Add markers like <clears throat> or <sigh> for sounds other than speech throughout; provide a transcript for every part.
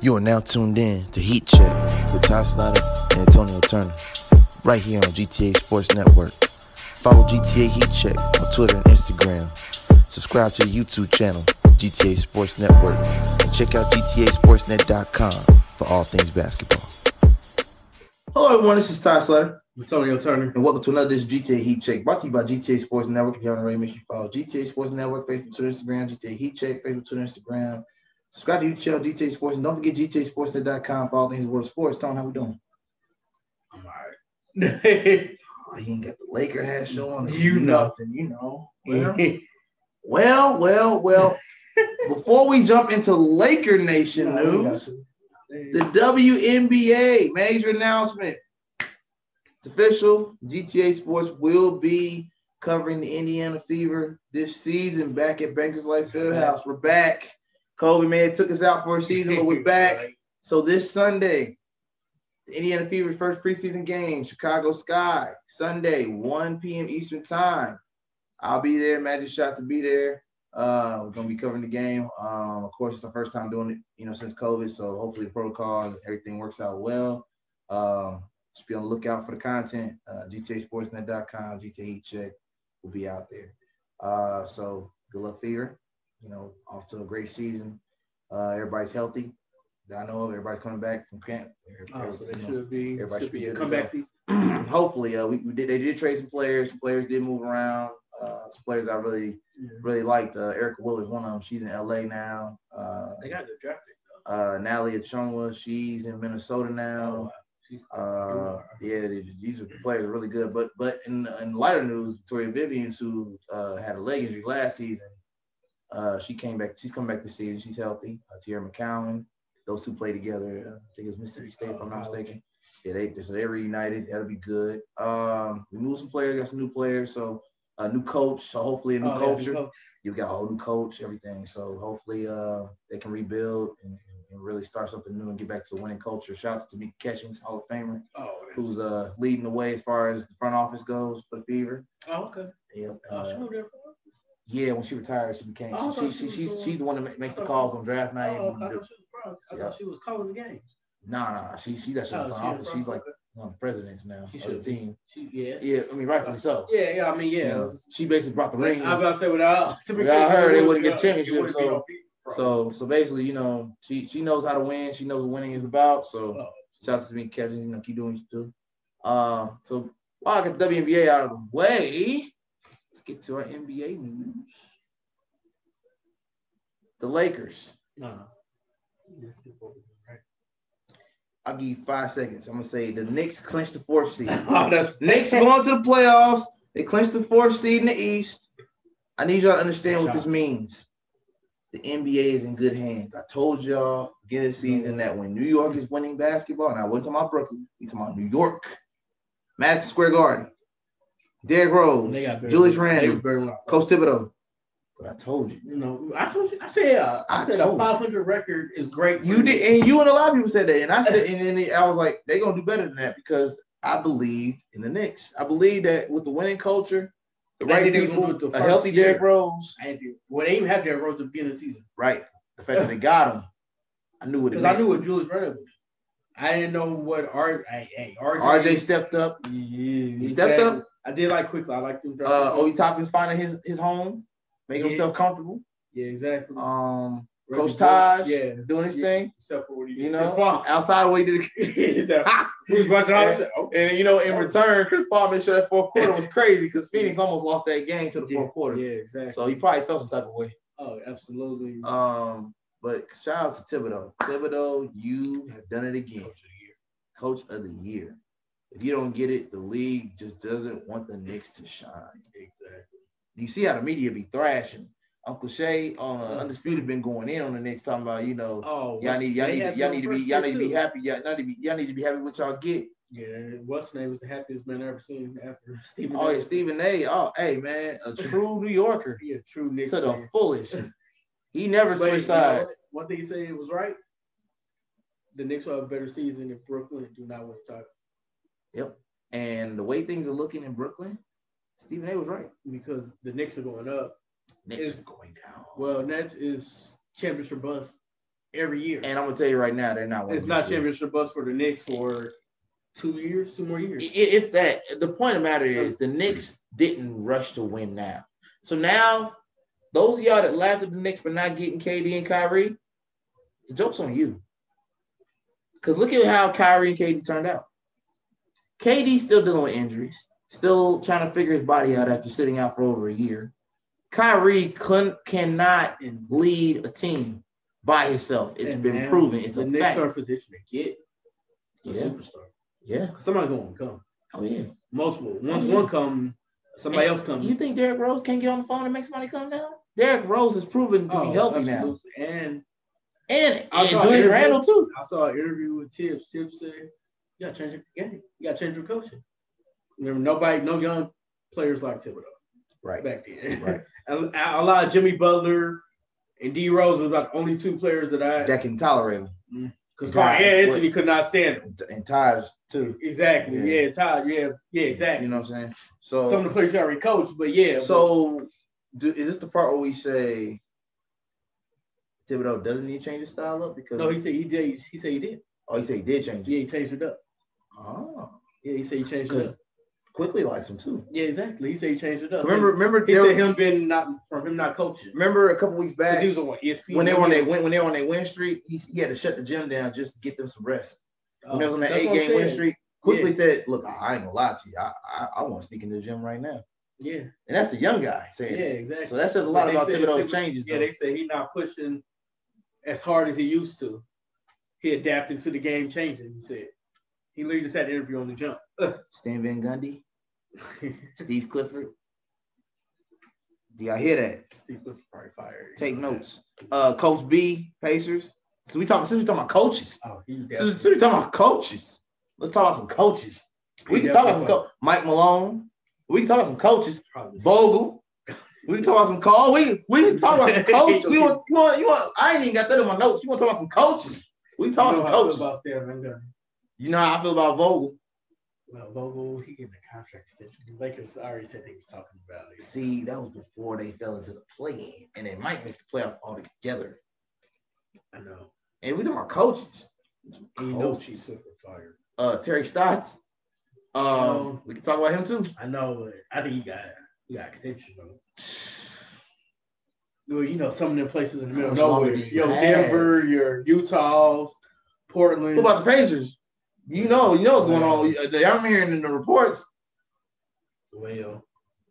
You are now tuned in to Heat Check with Ty Snyder and Antonio Turner, right here on GTA Sports Network. Follow GTA Heat Check on Twitter and Instagram. Subscribe to the YouTube channel, GTA Sports Network, and check out GTASportsNet.com for all things basketball. Hello, everyone. This is Ty Slater, Antonio Turner. and welcome to another edition of GTA Heat Check, brought to you by GTA Sports Network. If you haven't already, make sure you follow GTA Sports Network, Facebook, Twitter, Instagram, GTA Heat Check, Facebook, Twitter, Instagram. Subscribe to YouTube, channel, GTA Sports, and don't forget GTASportsNet.com for all things world sports. Tell them how we doing. I'm all Oh, he ain't got the Laker hat show on. You know. nothing, you know. <laughs> Well, well, right. well. <laughs> well. Before we jump into Laker Nation news, the WNBA major announcement. It's official. GTA Sports will be covering the Indiana Fever this season back at Bankers Life Fieldhouse. We're back. COVID man took us out for a season, but <laughs> we're <laughs> back. So this Sunday, the Indiana Fever's first preseason game, Chicago Sky, Sunday, 1 p.m. Eastern Time. I'll be there. Magic Shots will be there. Uh, we're gonna be covering the game. Um, of course, it's the first time doing it, you know, since COVID. So hopefully the protocol and everything works out well. Um, just be on the lookout for the content. Uh, GTASportsNet.com, GTA Heat Check will be out there. Uh, so good luck, Fever. You know, off to a great season. Uh, everybody's healthy. that I know of everybody's coming back from camp. Oh, so You that know, should be, everybody should be should a be comeback good <clears throat> season. hopefully, uh, we, we did. They did trade some players. Some players did move around. Uh, some players I really, really liked. Uh, Erica Willis, one of them. She's in LA now. Uh, They got the draft pick, uh, Natalie Achonwa, she's in Minnesota though. Oh, wow. now. She's- Uh, yeah, they- these are players are really good. But but in, in lighter news, Victoria Vivians, who uh, had a leg injury last season, uh, she came back. She's coming back this season. She's healthy. Uh, Tierra McCowan, those two play together. I think it's Mississippi State, if I'm Oh, not mistaken. Yeah, they so they're reunited. That'll be good. Um, we moved some players, got some new players, so a new coach. So hopefully a new Oh, yeah, culture. coach. You've got a whole new coach, everything. So hopefully uh, they can rebuild and, and really start something new and get back to the winning culture. Shout out to Tamika Catchings, Hall of Famer, Oh, man. who's uh, leading the way as far as the front office goes for the Fever. Oh, okay. Yep. Oh, Uh, she moved there for us? yeah, when she retired, she became Oh, I she, thought she, she she, was she's doing- she's the one that ma- makes the I thought- calls on draft night. Oh, and I thought she do- was pro. I Yeah. thought she was calling the Oh, game. Nah, nah, she she's actually in the front office. She's like one of the presidents now She of should the be. team. She, yeah. Yeah, I mean rightfully so. Yeah, yeah, I mean, You yeah. know, she basically brought the ring. I was about to say, without to be Without fair, her, they it wouldn't be get on- championship, it wouldn't be so- on feet, bro. So so basically, you know, she she knows how to win. She knows what winning is about. So Oh. shout out to me, Kevin. You know, keep doing what you do. Um, so while I get the WNBA out of the way, let's get to our NBA news. The Lakers. No, no. That's the point, right? I'll give you five seconds. I'm gonna say the Knicks clinched the fourth seed. <laughs> Oh, that's Knicks are going to the playoffs. They clinched the fourth seed in the East. I need y'all to understand what this means. The NBA is in good hands. I told y'all beginning of the season that when New York is winning basketball, and I wasn't talking about Brooklyn, we talking about New York, Madison Square Garden, Derrick Rose, They got buried. Julius They Randle, was buried alive. Coach Thibodeau. But I told you, You know, I told you. I said. Uh, I, I said told a you. 500 record is great. for you did, and you and a lot of people said that, and I said, and then I was like, they gonna do better than that because I believe in the Knicks. I believe that with the winning culture, the I right think they was people, gonna do it the a first healthy year. Derrick Rose, I didn't do- Well, they even had their rose at the beginning of the season Right. The fact that they got him, I knew what it because I meant. knew what Julius Randle. was. I didn't know what R. Hey, hey, RJ. RJ stepped up. Yeah, he stepped up. I did like quickly. I liked him. dropping. Uh, Obi Toppin's finding his, his home, making Yeah. himself comfortable. yeah, exactly. Um, Reggie Coach Bush, Taj. Yeah, doing his Yeah. thing. except for what he did. You know, <laughs> outside of what he did, Who's <laughs> watching all that? Oh, and you know, in return, Chris Paul made sure that fourth quarter <laughs> was crazy because Phoenix almost lost that game to the yeah, fourth quarter. Yeah, exactly. So he probably felt some type of way. oh, absolutely. Um, but shout out to Thibodeau. Thibodeau, you have done it again. Coach of the year. Coach of the year. If you don't get it, the league just doesn't want the Knicks to shine. Exactly. You see how the media be thrashing. Uncle Shay on uh, Undisputed been going in on the Knicks talking about, you know, Oh, y'all what's- need y'all they need had y'all them need to be first y'all year, need to be too. happy. Y'all y'all need to be y'all need to be happy with y'all get. Yeah, what's name was the happiest man I ever seen after <laughs> Stephen. Oh yeah, A. Stephen A. Oh, hey man, a true New Yorker He a true to Knicks the fan. fullest. He never But you know switched sides. what? one thing you said was right. The Knicks will have a better season if Brooklyn do not win the title And the way things are looking in Brooklyn, Stephen A was right. because the Knicks are going up. Knicks Is- are going down. Well, Nets is championship bust. every year. And I'm gonna tell you right now, they're not. winning it's not this year. championship bus for the Knicks for two years, two more years. I- If that, the point of the matter is, the Knicks didn't rush to win now. So now, those of y'all that laughed at the Knicks for not getting KD and Kyrie, the joke's on you. Because look at how Kyrie and KD turned out. KD's still dealing with injuries, still trying to figure his body out after sitting out for over a year. Kyrie couldn't, cannot And, lead a team by himself. It's and been now proven. It's the a Knicks fact. are in a position to get a yeah, superstar. yeah. 'Cause Somebody's going to come. Oh, yeah. Multiple. Once yeah. one come, somebody And else comes. You think Derrick Rose can't get on the phone and make somebody come down? Derrick Rose is proven to be healthy now. Oh, absolutely. And And, I and saw Julius Derrick Randle, too. I saw an interview with Tibbs. Tibbs said, "You got to change your game. You got to change your coaching." Remember, nobody, no young players like Thibodeau Right. back then. Right. <laughs> a, a lot of Jimmy Butler and D Rose was about the only two players that I That can tolerate him. because Carl God, Anthony could not stand them. And ties, too. Exactly. Yeah. Yeah, Todd. Yeah, yeah, exactly. know what I'm saying? Some of the players you already coached, but yeah. so do, is this the part where we say Thibodeau doesn't need to change his style up? but- Because, no, he said he did. He said he did. oh, you say he did change Yeah, he changed it up. Oh, Yeah, he said he changed it up. quickly likes him, too. Yeah, exactly. He said he changed it up. Remember, remember, he there- said him being not from him not coaching. remember a couple weeks Because back he was on what, E ESPN. when they were on their win, when they were on their win streak, he, he had to shut the gym down just to get them some rest. when they was on that That's eight what I'm game win saying. streak, quickly Yeah. said, "Look, I, I ain't gonna lie to you. I, I, I want to sneak into the gym right now." Yeah, And that's the young guy yeah, saying that. exactly. So that says a But lot they about said- Thibodeau's Thib- changes. Yeah, though. they say he's not pushing as hard as he used to. He adapted to the game changing. He said he literally just had an interview on the jump. <laughs> Stan Van Gundy, Steve Clifford. Do y'all hear that? Steve Clifford probably fired. Take notes. Uh, Coach B, Pacers. So we talking. Since we talking about coaches, Oh, he since, definitely- since we talking about coaches, let's talk about some coaches. We he can talk about some definitely co- Mike Malone. We can talk about some coaches. probably- Vogel. We can talk about some call. We we can talk about some <laughs> coach. We want you want you want. I ain't even got that in my notes. You want to talk about some coaches? We can You talk know about how I feel some coaches. about Stan Van Gundy. You know how I feel about Vogel. Well, Vogel, he getting a contract extension. The Lakers already said they was talking about it. See, that was before they fell into the play, and they might miss the playoff altogether. I know. And we talking about coaches. And you know Chief Clifford fired. Uh, Terry Stotts. Um, Um, we can talk about him too. I know. but I think you got you got extension though. Well, you know, some of them places in the middle of How much nowhere. longer do you Your have? Denver, your Utah's, Portland. What about the Pacers? You know, you know what's going on. They- I'm hearing in the reports, well,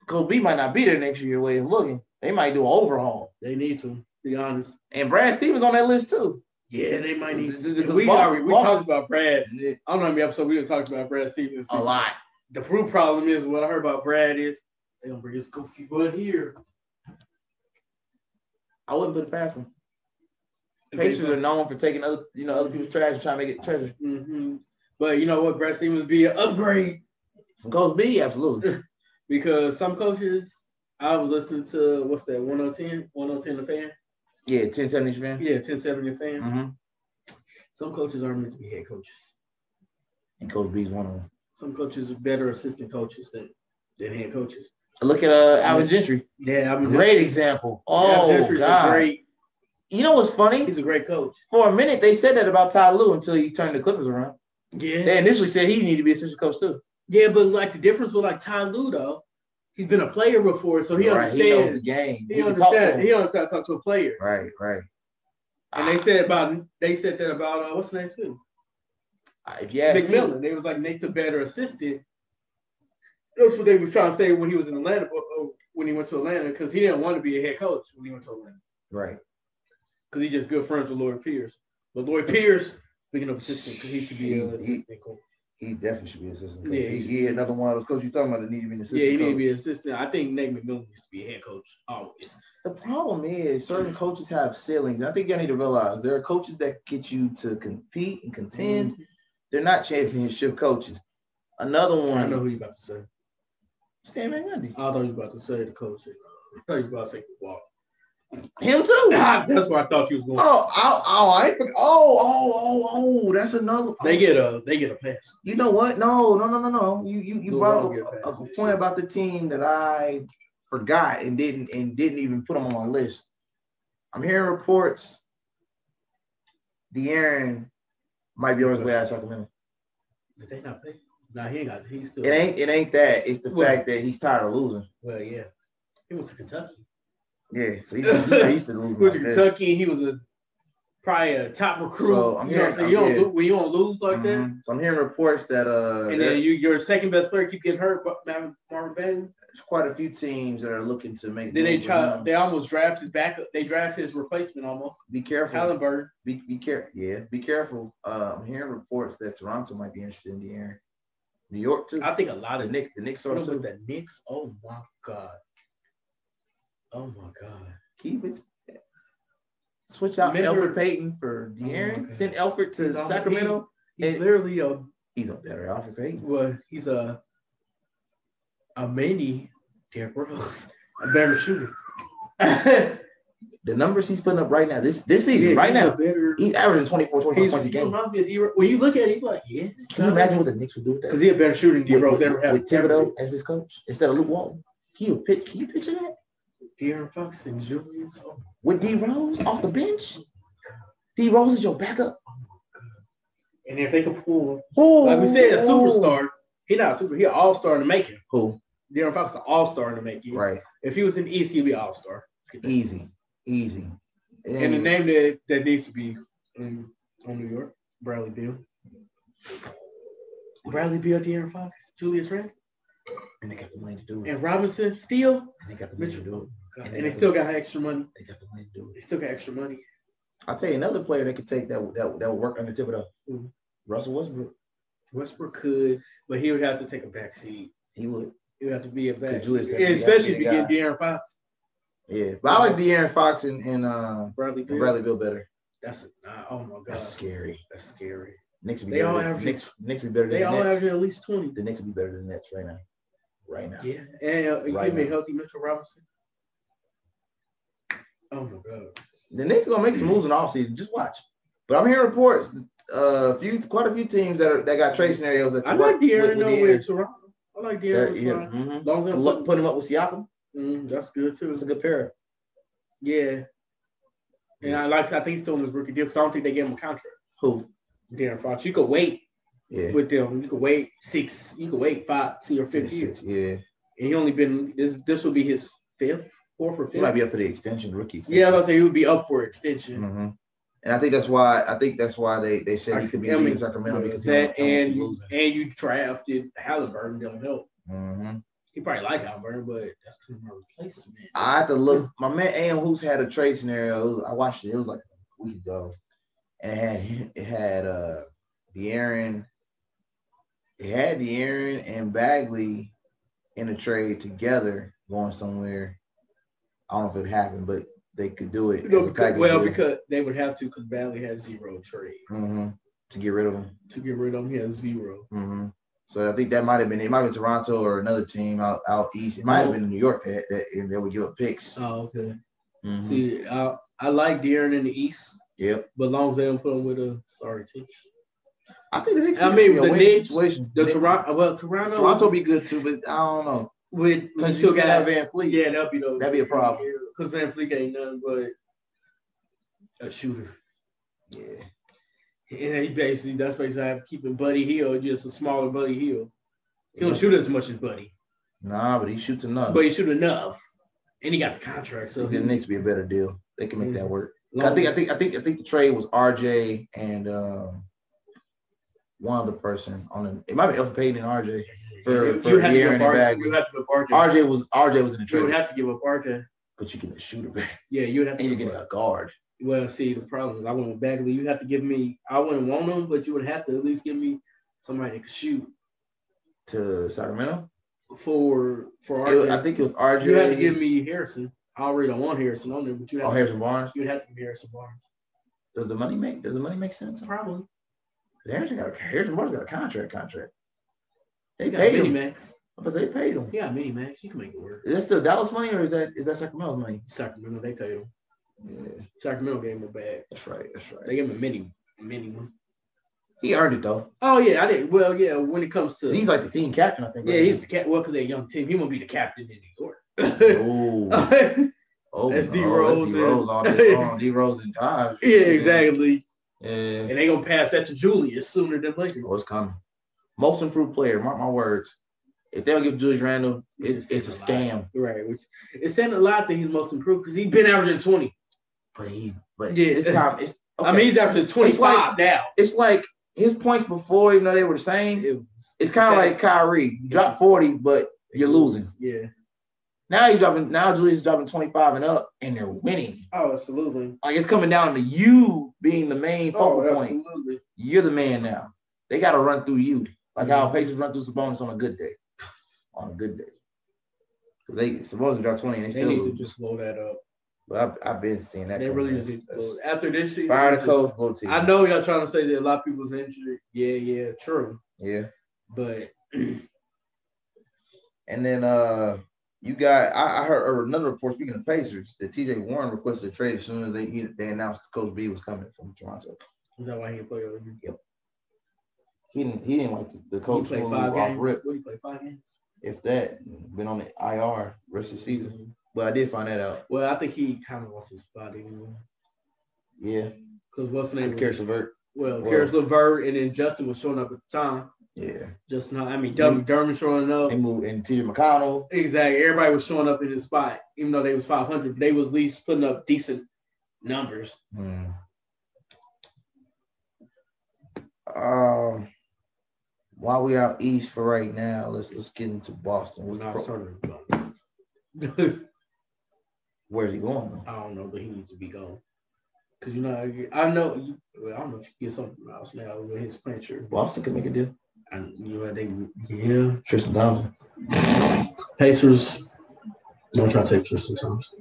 Coach B might not be there next year. The way it's looking, they might do an overhaul. they need to. to Be honest. And Brad Stevens on that list too. Yeah, they might need. Because To. And We Boston- already we Boston- talked about Brad. I don't know how many episodes we done talked about Brad Stevens. a lot. The proof problem is what I heard about Brad is they gonna bring this goofy bud here. I wouldn't put it past them. Pacers are known for taking other, you know, other people's trash and trying to make it treasure. hmm But you know what? Brad Stevens be an upgrade. From Coach B, <laughs> absolutely. because some coaches I was listening to what's that 1010 1010 the fan Yeah, 1070 fan. yeah 1070 the fan Mm-hmm. some coaches aren't meant to be head coaches And Coach B's one of them. some coaches are better assistant coaches than than head coaches Look at uh Alvin Gentry. yeah I mean Great example. Jeff Oh Gentry's a God. great You know what's funny? he's a great coach For a minute they said that about Ty Lue until he turned the Clippers around. yeah They initially said he needed to be assistant coach too. yeah but like the difference with like Ty Lue though he's been a player before so he right. He knows the understands game. he, You can talk to understands him. he understands how to talk to a player Right, right. and they said about they said that about uh, what's the name too Ah, if you ask me, McMillan. They was like Nate's a better assistant. That's what they was trying to say when he was in Atlanta, but uh, when he went to Atlanta, because he didn't want to be a head coach when he went to Atlanta, right. because he just good friends with Lloyd Pierce. But Lloyd Pierce, speaking of assistant, because he should be an He- he- assistant coach. He definitely should be assistant coach. Yeah, he He- he another one of those coaches you talking about that needed to be an Yeah, he need to be an assistant. I think Nate McMillan used to be a head coach always. The problem is certain coaches have ceilings. I think y'all need to realize there are coaches that get you to compete and contend. Mm-hmm. They're not championship coaches. Another I know one, who you about to say. Stan Van Gundy. I thought you were about to say the coach. I thought you were about to say Walker. Him too. <laughs> That's where I thought you was going. Oh, oh, oh, I ain't forg- oh, oh, oh, oh, that's another. They get a they get a pass. you know what? No, no, no, no, no. You, you, you Lou brought Will up get a, a past this point year. about the team that I forgot and didn't and didn't even put them on my list. I'm hearing reports De'Aaron might be on his way out of Sacramento. Did they not pay? Nah, he ain't got. He's still. It ain't it ain't that. It's the Well- fact that he's tired of losing. Well, yeah. He went to Kentucky. Yeah, so he's, he's not <laughs> used to losing. He went to Like this. Kentucky. and He was a probably a top recruit. So, I'm you know what I'm saying? hearing- You don't yeah. lose, when you don't lose like that, Mhm. So I'm hearing reports that uh, and there- then you, your second best player keep getting hurt, but Marvin Marvin Bagley. there's quite a few teams that are looking to make. Then they moves try. around. They almost draft his backup. They draft his replacement almost. Be careful. Halliburton. Be be careful. Yeah, be careful. Uh, I'm hearing reports that Toronto might be interested in De'Aaron. New York too. I think a lot the of Knicks, the Knicks You are know, too. with the Knicks, oh my god, oh my god. Keep it. Switch out Remember- Alfred Payton for De'Aaron. God. Send Alfred to Oh, He's on the Sacramento. He's And- literally a He's a better Alfred Payton. well, he's a a mini Derrick Rose, a better shooter. <laughs> The numbers he's putting up right now, this this Yeah, season, right he's a now, better. he's averaging 24, 25 He's points a he game. reminds me of D. Rose. When you look at it, you like, yeah. Can you imagine what the Knicks would do with that? Because he a better shooter than D. with, Rose with, ever had. with Thibodeau as his coach instead of Luke Walton. Can you pitch? Can you picture that De'Aaron Fox and Julius. Oh, with D Rose off the bench? D Rose is your backup. And if they could pull, Who? like we said, a superstar. He not a super. He an all star in the making. Who? De'Aaron Fox an all star in the making. Right. If he was in the East, he'd be all star. Easy. Easy. And, And the name that, that needs to be in, on New York, Bradley Beal. Bradley Beal, De'Aaron Fox, Julius Randle, and they got the money to do it. and Robinson Steele. And they got the money to do God, And they still got extra money. it. They got the money to do it. They still got extra money. I'll tell you another player that could take that that, that would work under Thibodeau. Who? Russell Westbrook. Westbrook could, but he would have to take a back seat. He would. He would have to be a back Because Julius seat. said he Especially if got you to get De'Aaron Fox, Yeah. But I like De'Aaron Fox and, and uh Bradley Beal. Bradley Bill better. That's a, nah, oh my god, That's scary. that's scary. Knicks would be They better. all than- average- Knicks, Knicks would be better than They the all Nets. average at least twenty. the Knicks would be better than the Nets right now. Right now. Yeah, and uh, Right give me a now. healthy Mitchell Robinson. Oh my god, The Knicks are gonna make some moves in the offseason. Just watch. But I'm hearing reports. Uh, a few, quite a few teams that are that got trade scenarios. That I could work like with- with De'Aaron though De'aaron. with Toronto. I like That- De'Aaron. with yeah, Toronto. mhm. As long as Put- I'm Look, put him up with Siakam. mm, that's good It's a too. good pair. Yeah, and I like. I think he's still in his rookie deal because I don't think they gave him a contract. Who? De'Aaron Fox, you could wait Yeah. with them. You could wait six. You could wait five to your fifth Six, year. Yeah. And he only been this. This will be his fifth, fourth or He might fifth. be up for the extension, rookie. Extension. Yeah, I was gonna say he would be up for extension. hmm And I think that's why I think that's why they, they said he could be I leaving mean, Sacramento because he don't- that he don't and keep you, losing. and you drafted Halliburton. Don't help. Mhm. He probably like Halliburton, but that's kind of my replacement. I had to look. My man Am Hoops had a trade scenario. It was- I watched it. It was like a week ago, and it had it had uh De'Aaron. It had De'Aaron and Bagley in a trade together going somewhere. I don't know if it happened, but they could do it. No, because, well, because they would have to, because Bagley has zero trade. hmm to get rid of him. To get rid of him, he has zero. hmm So I think that might have been it. Might have been Toronto or another team out out east. It might have been New York that that, and they would give up picks. Oh, okay. Mhm. See, I, I like De'Aaron in the East, Yep. but as long as they don't put him with a sorry team. I think the Knicks. I would mean, be a the win Knicks- situation. The They- Toronto, uh, well, Toronto, Toronto would be good too, but I don't know would we because still got have Van Fleet. yeah, that'd be the, That'd be a problem. Because Van Fleet ain't nothing but a shooter, Yeah. and he basically that's basically how I'm keeping Buddy Hill, just a smaller Buddy Hill. He Yeah. don't shoot as much as Buddy, Nah, but he shoots enough. but he shoot enough, and he got the contract. So the Knicks be a better deal. They can make that work. I Mm. long- think. I think. I think. I think the trade was RJ and um, one other person on the. It might be Elfin Payton and RJ. for- you, for you have to give De'Aaron up and Barton. Bagley. You have to give up Barton. RJ was RJ was in the You would trade, have to give up Barton. but you get a shooter back <laughs> Yeah, you would have to. and you give get up. a guard. Well, see, the problem is I went with Bagley. You have to give me. I wouldn't want him, but you would have to at least give me somebody that could shoot to Sacramento. for for It- RJ. I think it was RJ. you have to give me Harrison. I already don't want Harrison on there, but you have oh, to, Harrison Barnes. you would have to give me Harrison Barnes. Does the money make? Does the money make sense? Probably. Harrison got a, Harrison Barnes got a contract. Contract. They You got paid mini him, max. but they paid him. Yeah, mini max. You can make it work. Is that still Dallas money or is that is that Sacramento's money? Sacramento, they paid him. Yeah, Sacramento gave him a bag. that's right. That's right. They gave him a mini mini one. He earned it though. Oh yeah, I did. Well, yeah. When it comes to He's like the team captain, I think. yeah, he's the cat. Well, because they're a young team, he won't be the captain in New <laughs> <laughs> York. <laughs> Oh, oh, That's no, D-Rose That's D Rose and- <laughs> all day long. D Rose and Taj. yeah, exactly. And they gonna pass that to Julius sooner than later. Oh, it's coming. Most improved player, mark my words. If they don't give Julius Randle, it, it's a scam. Right. Which it's saying a lot that he's most improved because he's been averaging 20. But he's but Yeah. it's time. It's okay. <laughs> I mean, he's averaging 25 like- now. it's like his points before, even though they were the same. It was- It's kind of like Kyrie. You drop 40, but you're losing. Yeah. Now he's dropping now Julius is dropping 25 and up and they're winning. Oh, absolutely. Like it's coming down to you being the main focal Oh, point. absolutely. You're the man now. They gotta run through you. Like Mm-hmm. how Pacers run through Sabonis on a good day. On a good day. Because they Sabonis dropped 20 and they They still need to lose. just blow that up. But I've, I've been seeing that. They coming. really just need to blow it. after this season. Fire the just- coach, go team. I know y'all trying to say that a lot of people's injured. Yeah, yeah, true. Yeah. But And then uh you got I, I heard another report speaking of Pacers that TJ Warren requested a trade as soon as they he, they announced Coach B was coming from Toronto. is that why he didn't play over here? He didn't he didn't like the, the He coach played move five off games. rip. What do you play five games? If that been on the IR rest of the season. But I did find that out. Well, I think he kind of lost his spot anyway. Yeah. Because what's the name? was- Karis LeVert. Well, Well- Karis LeVert and then Justin was showing up at the time. Yeah. Just now, I mean, Doug McDermott showing up. They moved and TJ McConnell. Exactly. Everybody was showing up in his spot, even though they was 500. But they was at least putting up decent numbers. Hmm. Um while we out east for right now, let's let's get into Boston. What's the Not pro- starting to <laughs> go. where's he going? though? I don't know, but he needs to be gone. Cause you know, I- I know. you- Well, I don't know if you get something else now with his pressure. Boston could make a deal. And you know, they yeah. Tristan Thompson. Pacers. Don't try to take Tristan Thompson.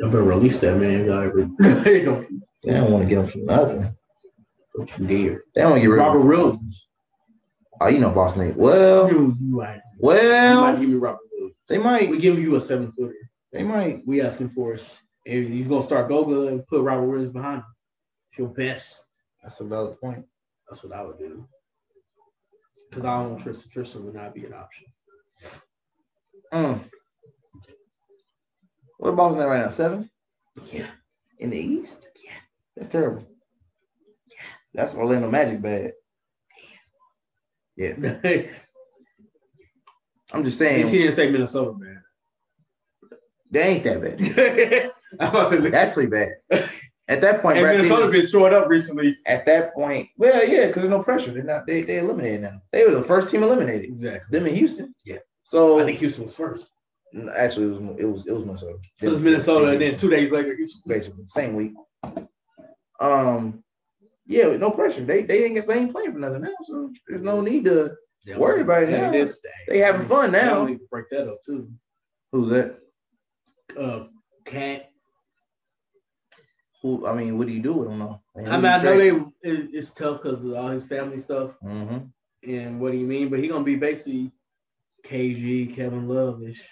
Y'all better release that man. Y'all ever. They don't want to get him for nothing. <laughs> Don't you dare. They don't want to get rid of Robert him. Williams. Oh, you know Boston. Ain't. Well, You, you, right. you might well, give me Robert Williams. they might. We giving you a seven footer. They might. We asking for us. If you gonna start Goga and put Robert Williams behind him, it's your best. That's a valid point. That's what I would do. Because I don't want Tristan. Tristan would not be an option. <laughs> Mm. What Boston at right now? Seven Yeah. in the East. Yeah. That's terrible. That's Orlando Magic bad. Yeah, At I'm just saying least he didn't say Minnesota, man. <laughs> they ain't that bad. I was saying, and That's pretty <laughs> bad. At that point, Brad Minnesota Stevens, been showing up recently. at that point, well, yeah, because there's no pressure. They're not. They they eliminated now. They were the first team eliminated. Exactly. Them in Houston. Yeah. So I think Houston was first. Actually, it was it was it was Minnesota. It was Minnesota, and then two days later, Houston. basically same week. Um, yeah, no pressure. They they ain't get they ain't playing for nothing now, so there's no need to. Worry about it now. They having fun They now. don't even break that up too. Who's that? Uh, Cat. Who? I mean, what do you do with them though? I mean, I know they. It, it's tough because of all his family stuff hmm and what do you mean, but he gonna be basically KG, Kevin Love ish,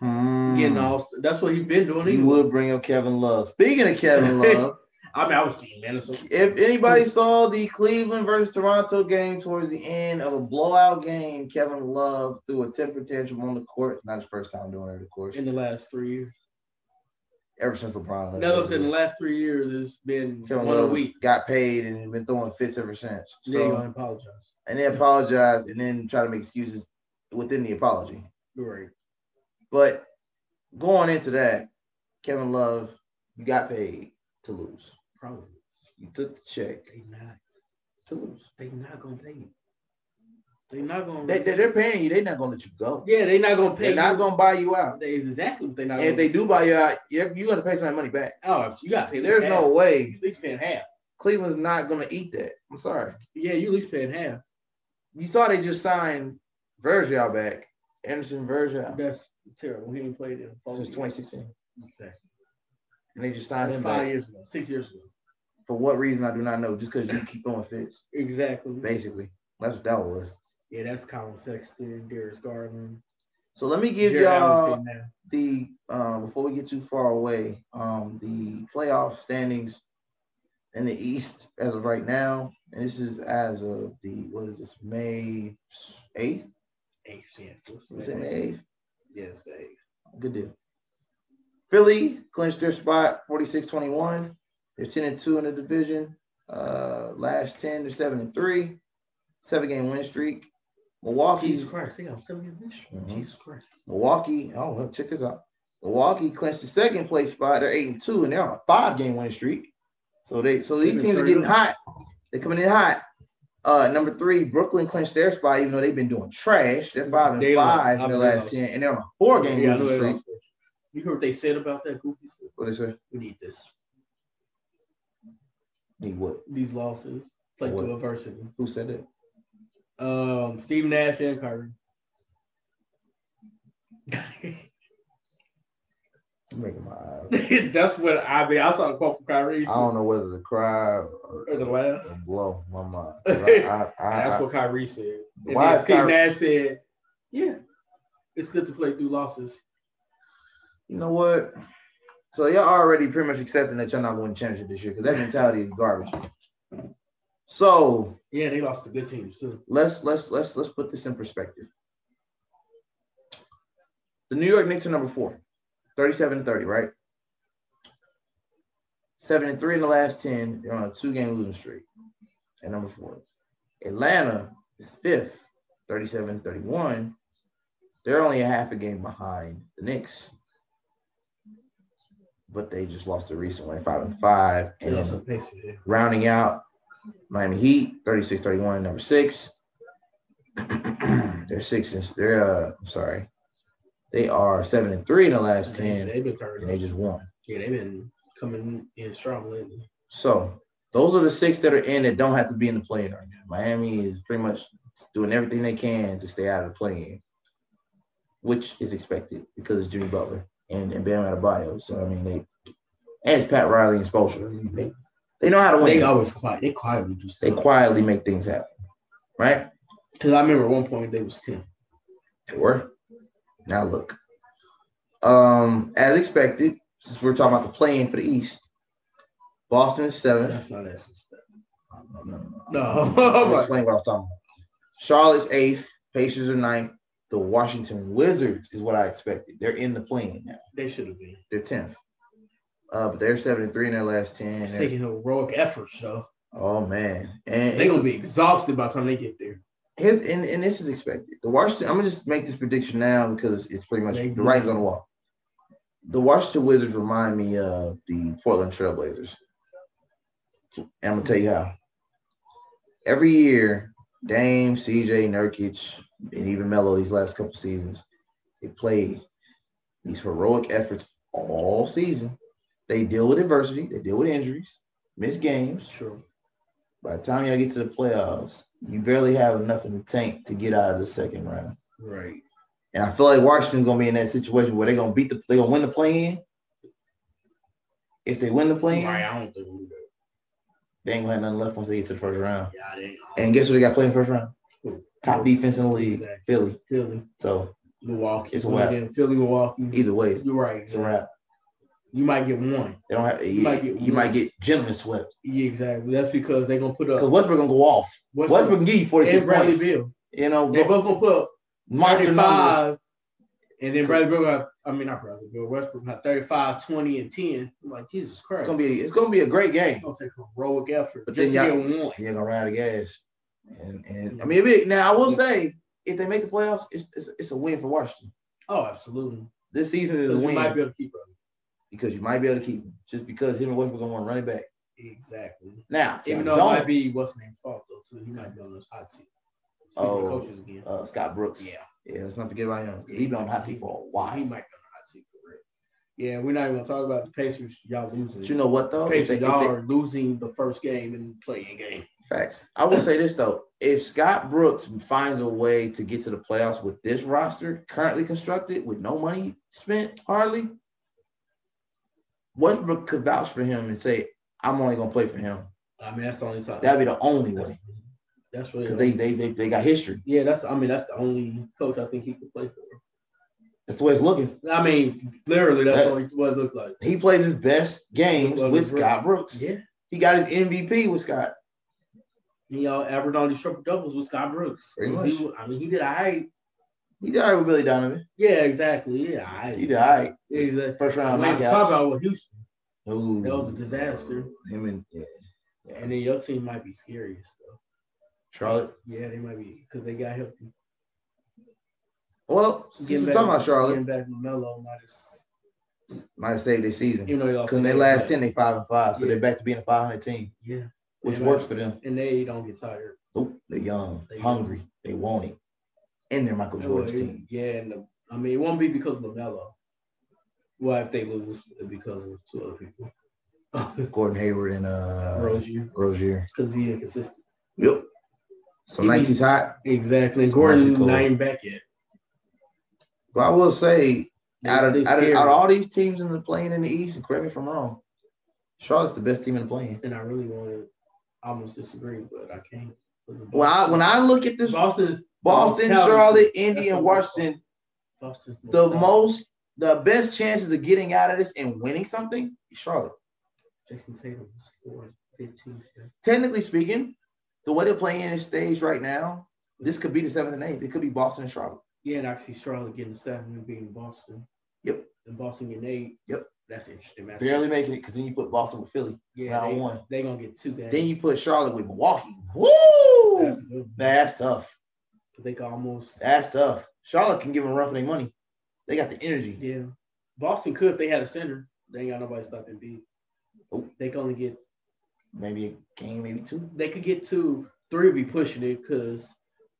getting all. That's what he been doing. Mm-hmm. You Anyway. Hmm. would bring up Kevin Love. Speaking of <laughs> Kevin Love, I mean, I was seeing Minnesota. if Hmm. anybody saw the Cleveland versus Toronto game towards the end of a blowout game, Kevin Love threw a temper tantrum on the court. It's not his first time doing it, of course. in the last three years. Ever since LeBron left, That's what I'm saying. The last three years has been Oh, Kevin one a Love week. got paid and has been throwing fits ever since. They ain't gonna So, apologize. and they apologized and then try to make excuses within the apology. Right. But going into that, Kevin Love, you got paid to lose. Probably. You took the check They not. to lose. They not gonna pay you. They not gonna. They, they, are paying you. They're not going to let you go. yeah, they not gonna pay. They're not you. going to buy you out. They- exactly what they not. And if gonna they do buy you out, you're, you're going to pay some of that money back. Oh, you got to pay. There's half. no You way. at least paying half. Cleveland's not going to eat that. I'm sorry. Yeah, you at least paying half. You saw they just signed Vergeal back, Anderson Vergeal, That's terrible. He didn't play it in four since years. 2016. Exactly. And they just signed That's him five back. years ago, six years ago. For what reason, I do not know. Just because you keep going fits, Exactly. basically. That's what that was. Yeah, that's Colin Sexton, Darius Garland. So let me give Jared Allen's y'all in there. the, um, before we get too far away, um, the playoff standings in the East as of right now. And this is as of the, what is this, May 8th? Eighth chance. Was it May 8th? Yes, they. Good deal. Philly clinched their spot 46 21. They're 10 and 2 in the division. Uh, last 10, they're 7 and 3, seven game win streak. Milwaukee's Jesus Christ, they got seven games. Mhm. Jesus Christ. Milwaukee, oh, well, check this out. Milwaukee clinched the second place spot. They're eight and two, and they're on a five game win streak. So they, so these They've been teams are turned getting up. hot. They're coming in hot. Uh, number three, Brooklyn clinched their spot, even though they've been doing trash. They're five and They lost. five I in their believe last they ten, and they're on a four game Yeah, I know losing they streak. lost. You heard what they said about that goofy stuff? What they say? We need this. He what? These losses. It's like What? the adversity. Who said that? Um, Steve Nash and Kyrie. I'm making my eyes. <laughs> That's what I mean. I saw the quote from Kyrie. I don't know whether to cry or, Or the laugh. or blow my <laughs> mind. 'Cause I, I, I, That's what Kyrie said. And Why then is Steve Kyrie- Nash said, "Yeah, it's good to play through losses." You know what? So y'all already pretty much accepting that y'all not going to championship this year because that mentality is garbage. So Yeah, they lost to good teams too. let's let's let's let's put this in perspective. The New York Knicks are number four, 37 and 30, right? Seven and three in the last 10. They're on a two-game losing streak at number four. Atlanta is fifth, 37 and 31. They're only a half a game behind the Knicks. But they just lost a recent one, five and five. They And lost to the Pacers. Yeah. rounding out Miami Heat, 36 31, number six. <clears throat> they're six and they're uh I'm sorry. They are seven and three in the last They- ten They've been and turning. they up. just won. Yeah, they've been coming in strong lately. So those are the six that are in that don't have to be in the play in right now. Miami is pretty much doing everything they can to stay out of the play in, which is expected because it's Jimmy Butler and, and Bam Adebayo. So I mean they and it's Pat Riley and Spoelstra. They, they know how to They win. always quiet. They quietly do They stuff. quietly make things happen, right? Because I remember at one point they was ten. Sure. Now look. Um, as expected, since we're talking about the play-in for the East, Boston is seventh. That's not that. suspect. No, no, no. No, <laughs> I'll I'm like, explain what I was talking about. Charlotte's eighth, Pacers are ninth. The Washington Wizards is what I expected. They're in the play-in now. they should have been. They're tenth. Uh, but they're seven and three in their last ten. It's They're- taking heroic efforts, so oh man, and they're gonna be exhausted by the time they get there. his and, and this is expected. The Washington, I'm gonna just make this prediction now because it's pretty much Make the it. writing's on the wall. The Washington Wizards remind me of the Portland Trailblazers. And I'm gonna tell you how. Every year, Dame, CJ, Nurkic, and even Melo these last couple seasons, they play these heroic efforts all season. They deal with adversity, they deal with injuries, missed games, Sure. by the time y'all get to the playoffs, you barely have enough in the tank to get out of the second round. Right. And I feel like Washington's gonna be in that situation where they're gonna beat the they're gonna win the play in. If they win the play in, Right. I don't think we'll do that. they ain't gonna have nothing left once they get to the first round. Yeah, they ain't. And guess what they got playing first round? Who? Top defense in the league, Exactly. Philly. Philly, So Milwaukee. It's a One of wrap. them, Philly, Milwaukee. either way, it's, You're right. it's a wrap. You might get one. They don't have you, might get you might get gentlemen swept Yeah, exactly. That's because they're gonna put up because Westbrook gonna go off. Westbrook Westbrook can give you forty six and Bradley points. Beal. You know, They both gonna put up monster numbers. 35, and then Bradley Beal. Got, I mean, not Bradley Beal. Westbrook got 35, 20, and 10. I'm like Jesus Christ. It's gonna be it's gonna be a great game. It's gonna take heroic effort But just to then get one. and you're gonna run out of gas. And and I mean, if it, now I will say, if they make the playoffs, it's it's, it's a win for Washington. Oh, absolutely. This season is So a you win might be able to keep up. because you might be able to keep him, just because him and Westbrook gonna want to run it back. Exactly. Now, Even even though it don't, might be what's name fault though too. He might be on this hot seat. Speaking of Oh. coaches again. uh, Scott Brooks, yeah. Yeah. let's not forget about him. He been on the hot seat for a Wow, he while. might be on the hot seat for real. Yeah, we're not even gonna talk about the Pacers. Y'all losing. But you know what though? If they- Pacers, if y'all they- are losing the first game in the playing game. facts. I will say this though: if Scott Brooks finds a way to get to the playoffs with this roster currently constructed, with no money spent hardly, Westbrook could vouch for him and say, "I'm only gonna play for him." I mean, that's the only time. That'd be the only that's, way that's really because they, they they they got history. Yeah, that's. I mean, that's the only coach I think he could play for. That's the way it's looking. I mean, literally, that's That- what it- what it looks like. He plays his best games Well, with Brooks. Scott Brooks. Yeah, He got his MVP with Scott. you know, averaged all these triple doubles with Scott Brooks. Pretty He was- I mean, he did all right. He did all right with Billy Donovan. Yeah, exactly. Yeah, all right. He did all right. Um, Exactly. First round Like, talk knockout. about what Houston. Ooh, That was a disaster. Him and yeah. And then your team might be scary as stuff. Charlotte. Yeah, they might be because they got healthy. Well, since we're talking about Charlotte, Getting back Melo might have, might have saved their season. even though they lost. Because in to their Atlanta. last 10, they 5 and 5. So Yeah. they're back to being a 500 team, Yeah, which Yeah. works for them. and they don't get tired. Nope, they're young, They- hungry, they want it. And they're Michael Jordan's Well, team. Yeah, and the, I mean, it won't be because of Lamelo. Well, if they lose, it'll be because of two other <laughs> people, Gordon Hayward and uh Rozier, Rozier. because he inconsistent. Yep. Some nights he's hot. Exactly. And Some nights he's Gordon cold. not even back yet. But I will say, out of, They out of scared. out of all these teams in the playing in the East, and correct me if I'm wrong, Charlotte's the best team in the playing. and I really want to almost disagree, but I can't. When I when I look at this Boston's Boston, Talented. Charlotte, Indy, That's and the most- Washington, Boston's most the talented. most the best chances of getting out of this and winning something is Charlotte. Jason Tatum scored 15. today. Technically speaking, the way they're playing in this stage right now, this could be the seventh and eighth. It could be Boston and Charlotte. Yeah, and I can see Charlotte getting seven and beating Boston. Yep. And Boston getting eight. Yep. That's an interesting. matchup. Barely making it because then you put Boston with Philly. Yeah, round they, one. They're gonna get two games. Then you put Charlotte with Milwaukee. Woo! That's That's, good. one. tough. They can almost That's tough. Charlotte can give them a run for their money. They got the energy. yeah. Boston could if they had a center. They ain't got nobody stopping B. Nope. They can only get Maybe a game, maybe two. they could get two. Three would be pushing it because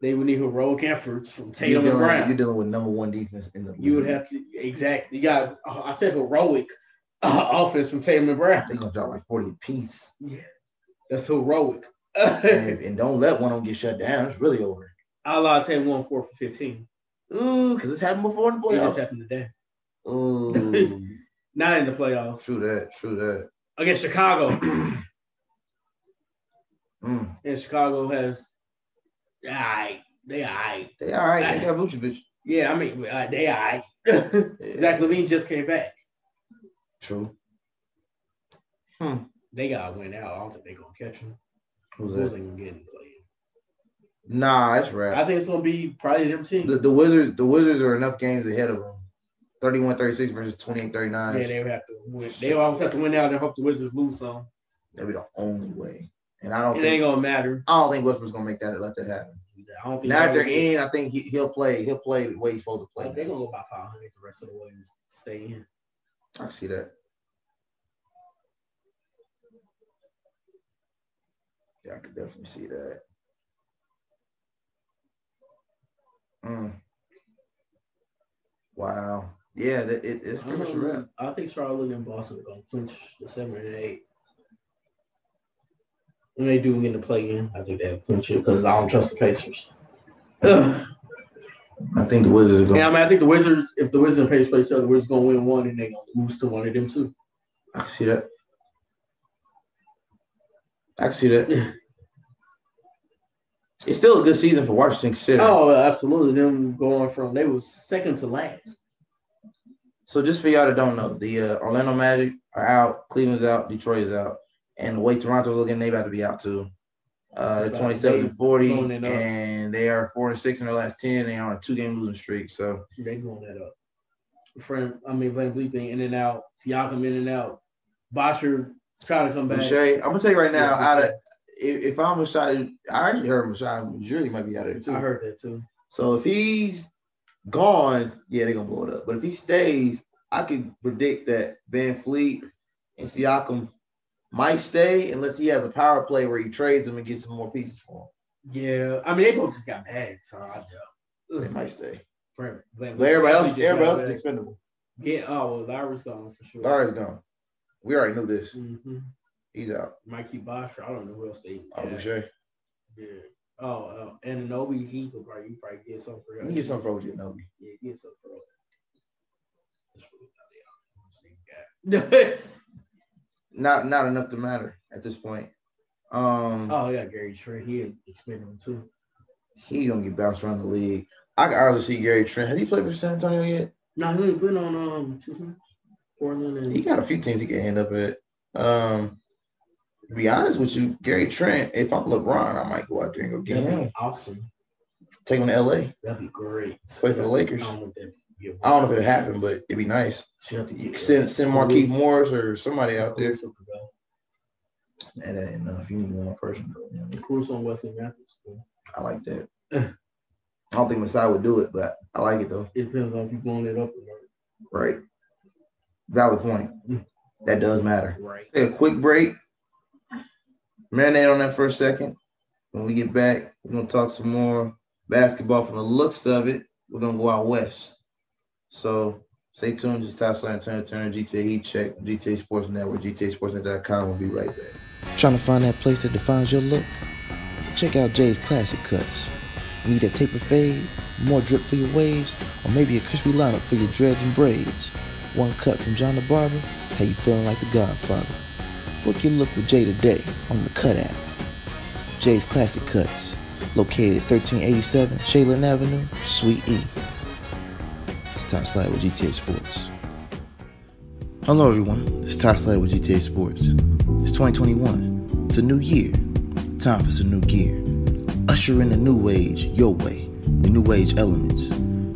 they would need heroic efforts from You're Tatum and dealing, Brown. you're dealing with number one defense in the You would have to exactly. You got. I said heroic uh, offense from Tatum and Brown. They're gonna drop like 40 <laughs> apiece. That's heroic. <laughs> and, if- and don't let one of them get shut down. It's really over. I allowed Tatum one four for fifteen. Ooh, because it's happened before in the It just playoffs. happened today. Ooh, <laughs> Not in the playoffs true that. True that. against Chicago, <clears throat> Mm. and Chicago has. I they I They all right. They got Vucevic. yeah I mean uh, they I <laughs> Zach Levine just came back. True. They got to win out. I don't think they're gonna catch him. Who's Bulls that? ain't gonna get in the play. Nah, it's rap. I think it's gonna be probably them team. The, the Wizards, the Wizards are enough games ahead of them. 31 36 versus 28 39. yeah, they would have to win. They always have to win out and hope the Wizards lose some. That'd be the only way. And I don't It ain't think gonna matter. I don't think Westbrook's gonna make that and let that happen. I don't think Now that they're they're in, I think he, he'll play. He'll play the way he's supposed to Like, they're play. gonna go by 500 the rest of the way and stay in. I see that. Yeah, I could definitely see that. Mm. Wow. Yeah, that, it, it's I pretty much a don't know. wrap. Um, I think Charlotte and Boston are gonna clinch the seven and eight. When they do get to play in, I think they'll clinch it because I don't trust the Pacers. <laughs> Ugh. <laughs> I think the Wizards are going Yeah, I mean, I think the Wizards, if the Wizards and Pacers play each other, the Wizards gonna win one and they gonna lose to one of them too. I can see that. I can see that. it's still a good season for Washington considering. Oh, absolutely. Them going from they was second to last. So just for y'all that don't know, the uh, Orlando Magic are out, Cleveland's out, Detroit is out, and the way Toronto's looking, they about to be out too. Uh, they're That's right. 27 They and 40, blowing it up. and they are four and six in their last 10. They are on a two game losing streak. So They going that up. Friend, I mean, Van Vliet being in and out, Siakam in and out, Bosher trying to come back. Boucher, I'm gonna tell you right now, Yeah. out of if, if I'm Rashad, I already heard Rashad Jury might be out of there too. I heard that too. So if he's gone, yeah, they're gonna blow it up. But if he stays, I could predict that Van Fleet and Siakam might stay unless he has a power play where he trades them and gets some more pieces for Yeah, I mean they both just got bad, so I know. him. So they might stay. For like, But everybody else, just everybody got else is back. expendable. yeah. Oh well, Larry's gone for sure. Larry's gone. We already knew this. hmm He's out. Mikey Bosher. I don't know who else they. Oh, got. for sure. Yeah. Oh, uh, and Anobi, he could probably, you probably get something for Let him. me get something for OG Nobi. Yeah, get something for him. That's really about it. Not not enough to matter at this point. Um <laughs> oh, yeah, Gary Trent. He expended him too. he gonna get bounced around the league. I can honestly see Gary Trent. Has he played for San Antonio yet? No, he ain't been on um two teams, Portland and He got a few teams he can end up at. Um, to be honest with you, Gary Trent, if I'm LeBron, I might go out there and go get that'd him. be awesome. Take him to LA. That'd be great. Play for the Lakers. I don't want that. I don't know if it happened, but it'd be nice. Send send Marquise Morris or somebody out there. That ain't enough. You need one person. Cruise on Wesley Matthews. I like that. I don't think Masai would do it, but I like it though. It depends on if you blowing it up or Right. Valid point. That does matter. not. Right. Take a quick break. Marinate on that for a second. When we get back, we're gonna talk some more basketball from the looks of it. We're gonna go out west. So stay tuned, just type sign turn turn GTA Heat Check, GTA Sports Network, GTA Sportsnet.com. We'll be right back. Trying to find that place that defines your look? Check out Jay's Classic Cuts. Need a taper fade, more drip for your waves, or maybe a crispy lineup for your dreads and braids? One cut from John the Barber? How you feeling like the Godfather? Book your look with Jay today on the Cut app. Jay's Classic Cuts, located at 1387 Shaylin Avenue, Suite E. It's Ty Slide with GTA Sports. Hello, everyone. It's Ty Slater with GTA Sports. It's 2021. It's a new year. Time for some new gear. Usher in the new age your way with new age elements,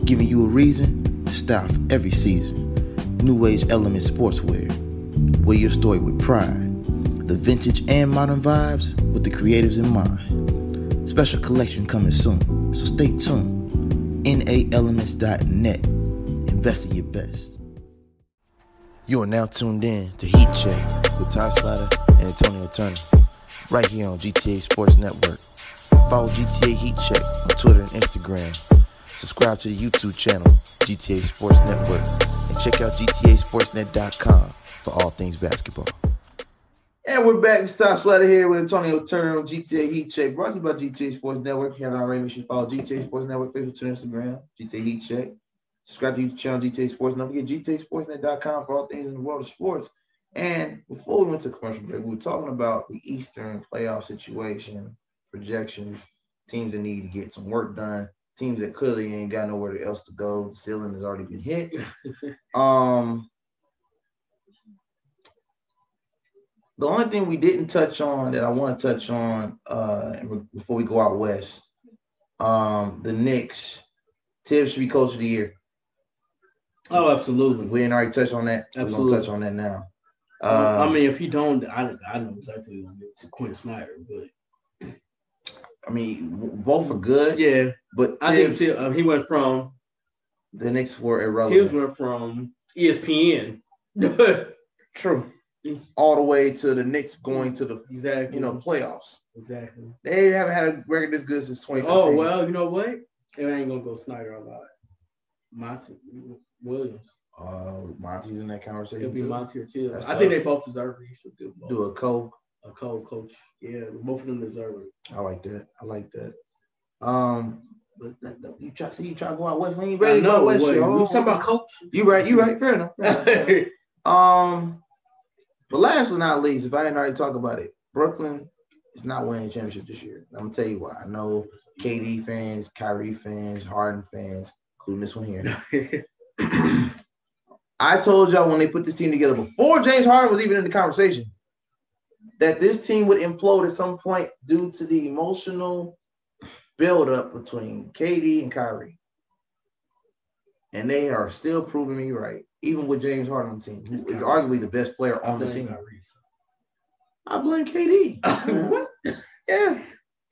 giving you a reason to style for every season. New age element sportswear. Wear your story with pride. The vintage and modern vibes with the creatives in mind. Special collection coming soon, so stay tuned. NAElements.net. Invest in your best. You are now tuned in to Heat Check with Ty Slider and Antonio Turner, right here on GTA Sports Network. Follow GTA Heat Check on Twitter and Instagram. Subscribe to the YouTube channel, GTA Sports Network, and check out GTASportsNet.com for all things basketball. And we're back. It's Todd Slater here with Antonio Turner on GTA Heat Check, brought to you by GTA Sports Network. If you haven't already, make sure you follow GTA Sports Network, Facebook, Twitter, Instagram, GTA Heat Check. Subscribe to YouTube channel GTA Sports. Don't forget GTASportsNet.com for all things in the world of sports. And before we went to commercial break, we were talking about the Eastern playoff situation, projections, teams that need to get some work done, teams that clearly ain't got nowhere else to go. The ceiling has already been hit. um, The only thing we didn't touch on that I want to touch on uh, before we go out west, um, the Knicks. Tibbs should be coach of the year. Oh, absolutely. We didn't already touch on that. We're Absolutely. gonna touch on that now. I Uh, mean, if you don't, I, I know exactly what it's Quinn Snyder, but I mean, w- both are good. yeah, But I think Tibbs, Tib- uh, he went from the Knicks were Tibbs irrelevant. went from E <laughs> ESPN. exactly. True. All the way to the Knicks going to the you know playoffs. exactly. They haven't had a record this good since 2015. Mm-hmm. Oh well, you know what? It ain't gonna go Snyder a lot. Monty Williams. Uh, Monty's in that conversation. It'll be too. Monty or Tibbs. That's I tough. think they both deserve it. You should do both. Do a co. a cold coach. Yeah, both of them deserve it. I like that. I like that. Um, but that, that- you try see you try to go out west. We ain't I ready to go know. west. what- yet. We Oh, was talking about coach. You right. You right. Fair enough. <laughs> fair enough. yeah, um, but last but not least, if I didn't already talk about it, Brooklyn is not winning the championship this year. I'm gonna tell you why. I know KD fans, Kyrie fans, Harden fans, including this one here. I told y'all when they put this team together before James Harden was even in the conversation that this team would implode at some point due to the emotional buildup between KD and Kyrie. And they are still proving me right, even with James Harden on the team, who is arguably the best player on the team. I blame KD. What? yeah,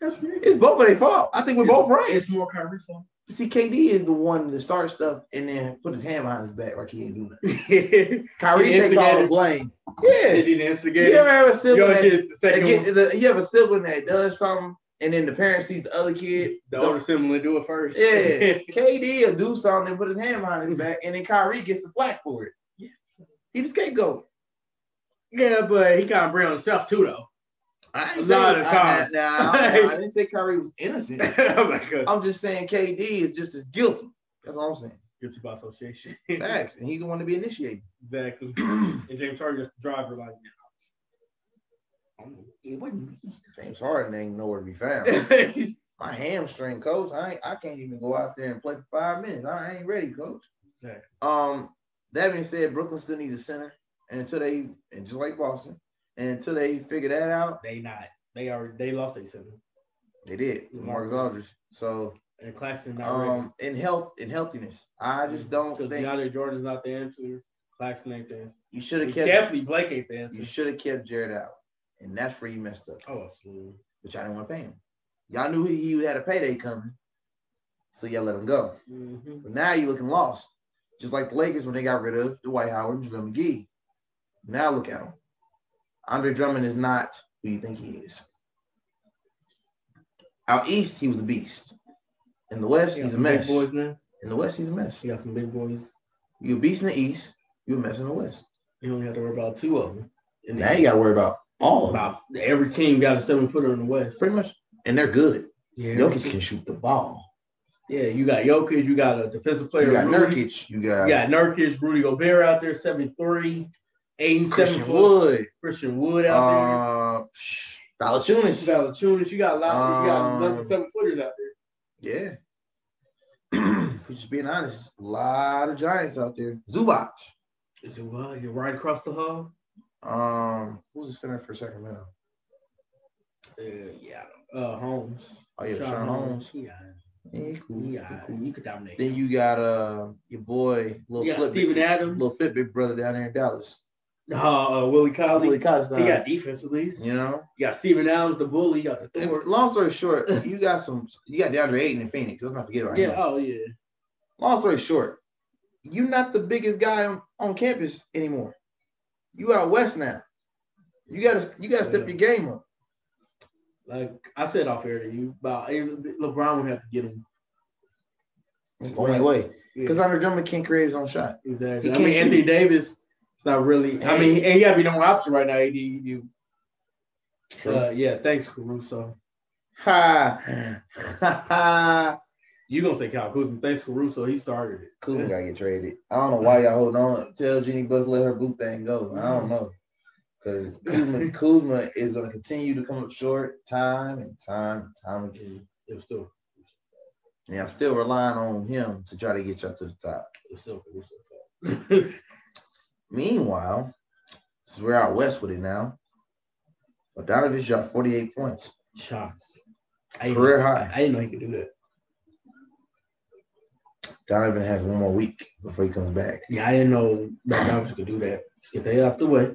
that's it's both of their fault. I think we're both right. It's more Kyrie fault. See, KD is the one to start stuff and then put his hand behind his back like he didn't do nothing. <laughs> He Kyrie He takes all the instigated. blame. Yeah. didn't You instigate. ever have a You sibling always that, get the that second get- one. the- you have a sibling that does something and then the parent sees the other kid? The older sibling do it first. Yeah. KD will do something and put his hand behind his back and then Kyrie gets the flack for it. Yeah. He's the scapegoat. <laughs> yeah, but he kind of bring on himself too, <laughs> though. I ain't Not saying, I, a cop. nah, nah, <laughs> I didn't say Kyrie was innocent. oh my god. I'm just saying KD is just as guilty. That's all I'm saying. Guilty by <laughs> association. Facts. And he's the one to be initiated. <clears throat> exactly. and James Harden just the driver like. James Harden ain't nowhere to be found. <laughs> that. My hamstring, coach. I ain't, I can't even go out there and play for five minutes. I ain't ready, coach. Exactly. Um, that being said, Brooklyn still needs a center, and until they and just like Boston, and until they figure that out, they not. They already they lost their seven. they did. Marcus Aldridge. So And Claxton not ready. um, in health in healthiness. I just don't Because think DeAndre Jordan's not the answer. Claxton ain't the answer. you should have kept Definitely Blake ain't the answer. you should have kept Jared out, and that's where you messed up. Oh, absolutely. But y'all didn't want to pay him. Y'all knew he, he had a payday coming, so y'all let him go. Mm-hmm. But now you're looking lost, just like the Lakers when they got rid of Dwight Howard and Joel McGee. Now look at him. Andre Drummond is not who you think he is. Out east, he was a beast. In the west, he's a mess. Big boys now. In the west, he's a mess. He got some big boys. You're a beast in the east. You're a mess in the west. You only have to worry about two of them. And now you got to worry about all of them. About every team got a seven footer in the West. Pretty much. And they're good. Yeah, Jokic can shoot the ball. yeah. You got Jokic. You got a defensive player. You got Rudy. Nurkic. You got, You got Nurkic. Rudy Gobert out there, seven three. Aiden seven Christian four. Wood. Christian Wood out Uh, there. You Valachunas. got Valachunas. You got a lot. you got a lot Um, of seven footers out there. Yeah. <clears throat> if we're just being honest, a lot of Giants out there. Zubac. Is it what? You're right across the hall. Um, who's the center for Sacramento? Uh, yeah. I don't- Uh, Holmes. Oh yeah, Sean Sean Holmes. Yeah, Yeah, he cool. he yeah. cool. You could dominate. Then you got uh your boy little You got Steven Adams. little Fitbit brother down there in Dallas. Uh, uh, Willie Colley. Willie Costa. He got defense at least. You know, You got Steven Adams, the bully. You got the And Thor. long story short, you got some. You got DeAndre Ayton in Phoenix. Let's not forget about Yeah. him. Oh yeah. Long story short, you're not the biggest guy on, on campus anymore. You out west now. You gotta you gotta step Yeah. your game up. Like I said off air to you, about LeBron would have to get him. That's the only way. Yeah, Because Andre Drummond can't create his own shot. exactly. he I can't mean, shoot. Anthony Davis. It's not really. I Hey. mean, and you have your own option right now. AD, you. <laughs> Uh, yeah. Thanks, Caruso. Ha ha ha. You gonna say Kyle Kuzma? Thanks, Caruso. He started it. Kuzma gotta get traded. I don't know why y'all holding on. Tell Jenny Buck let her boot thing go. I don't know. Because Kuzma, Kuzma is gonna continue to come up short time and time and time again. And It was still, And I'm still relying on him to try to get y'all to the top. it was still Caruso's fault. Meanwhile, since we're out west with it now, O'Donovan shot 48 points. <laughs> Shots. I didn't- Career high. I didn't know he could do that. Donovan has one more week before he comes back. Yeah, I didn't know Matt Thomas could do that. Just get that out the way.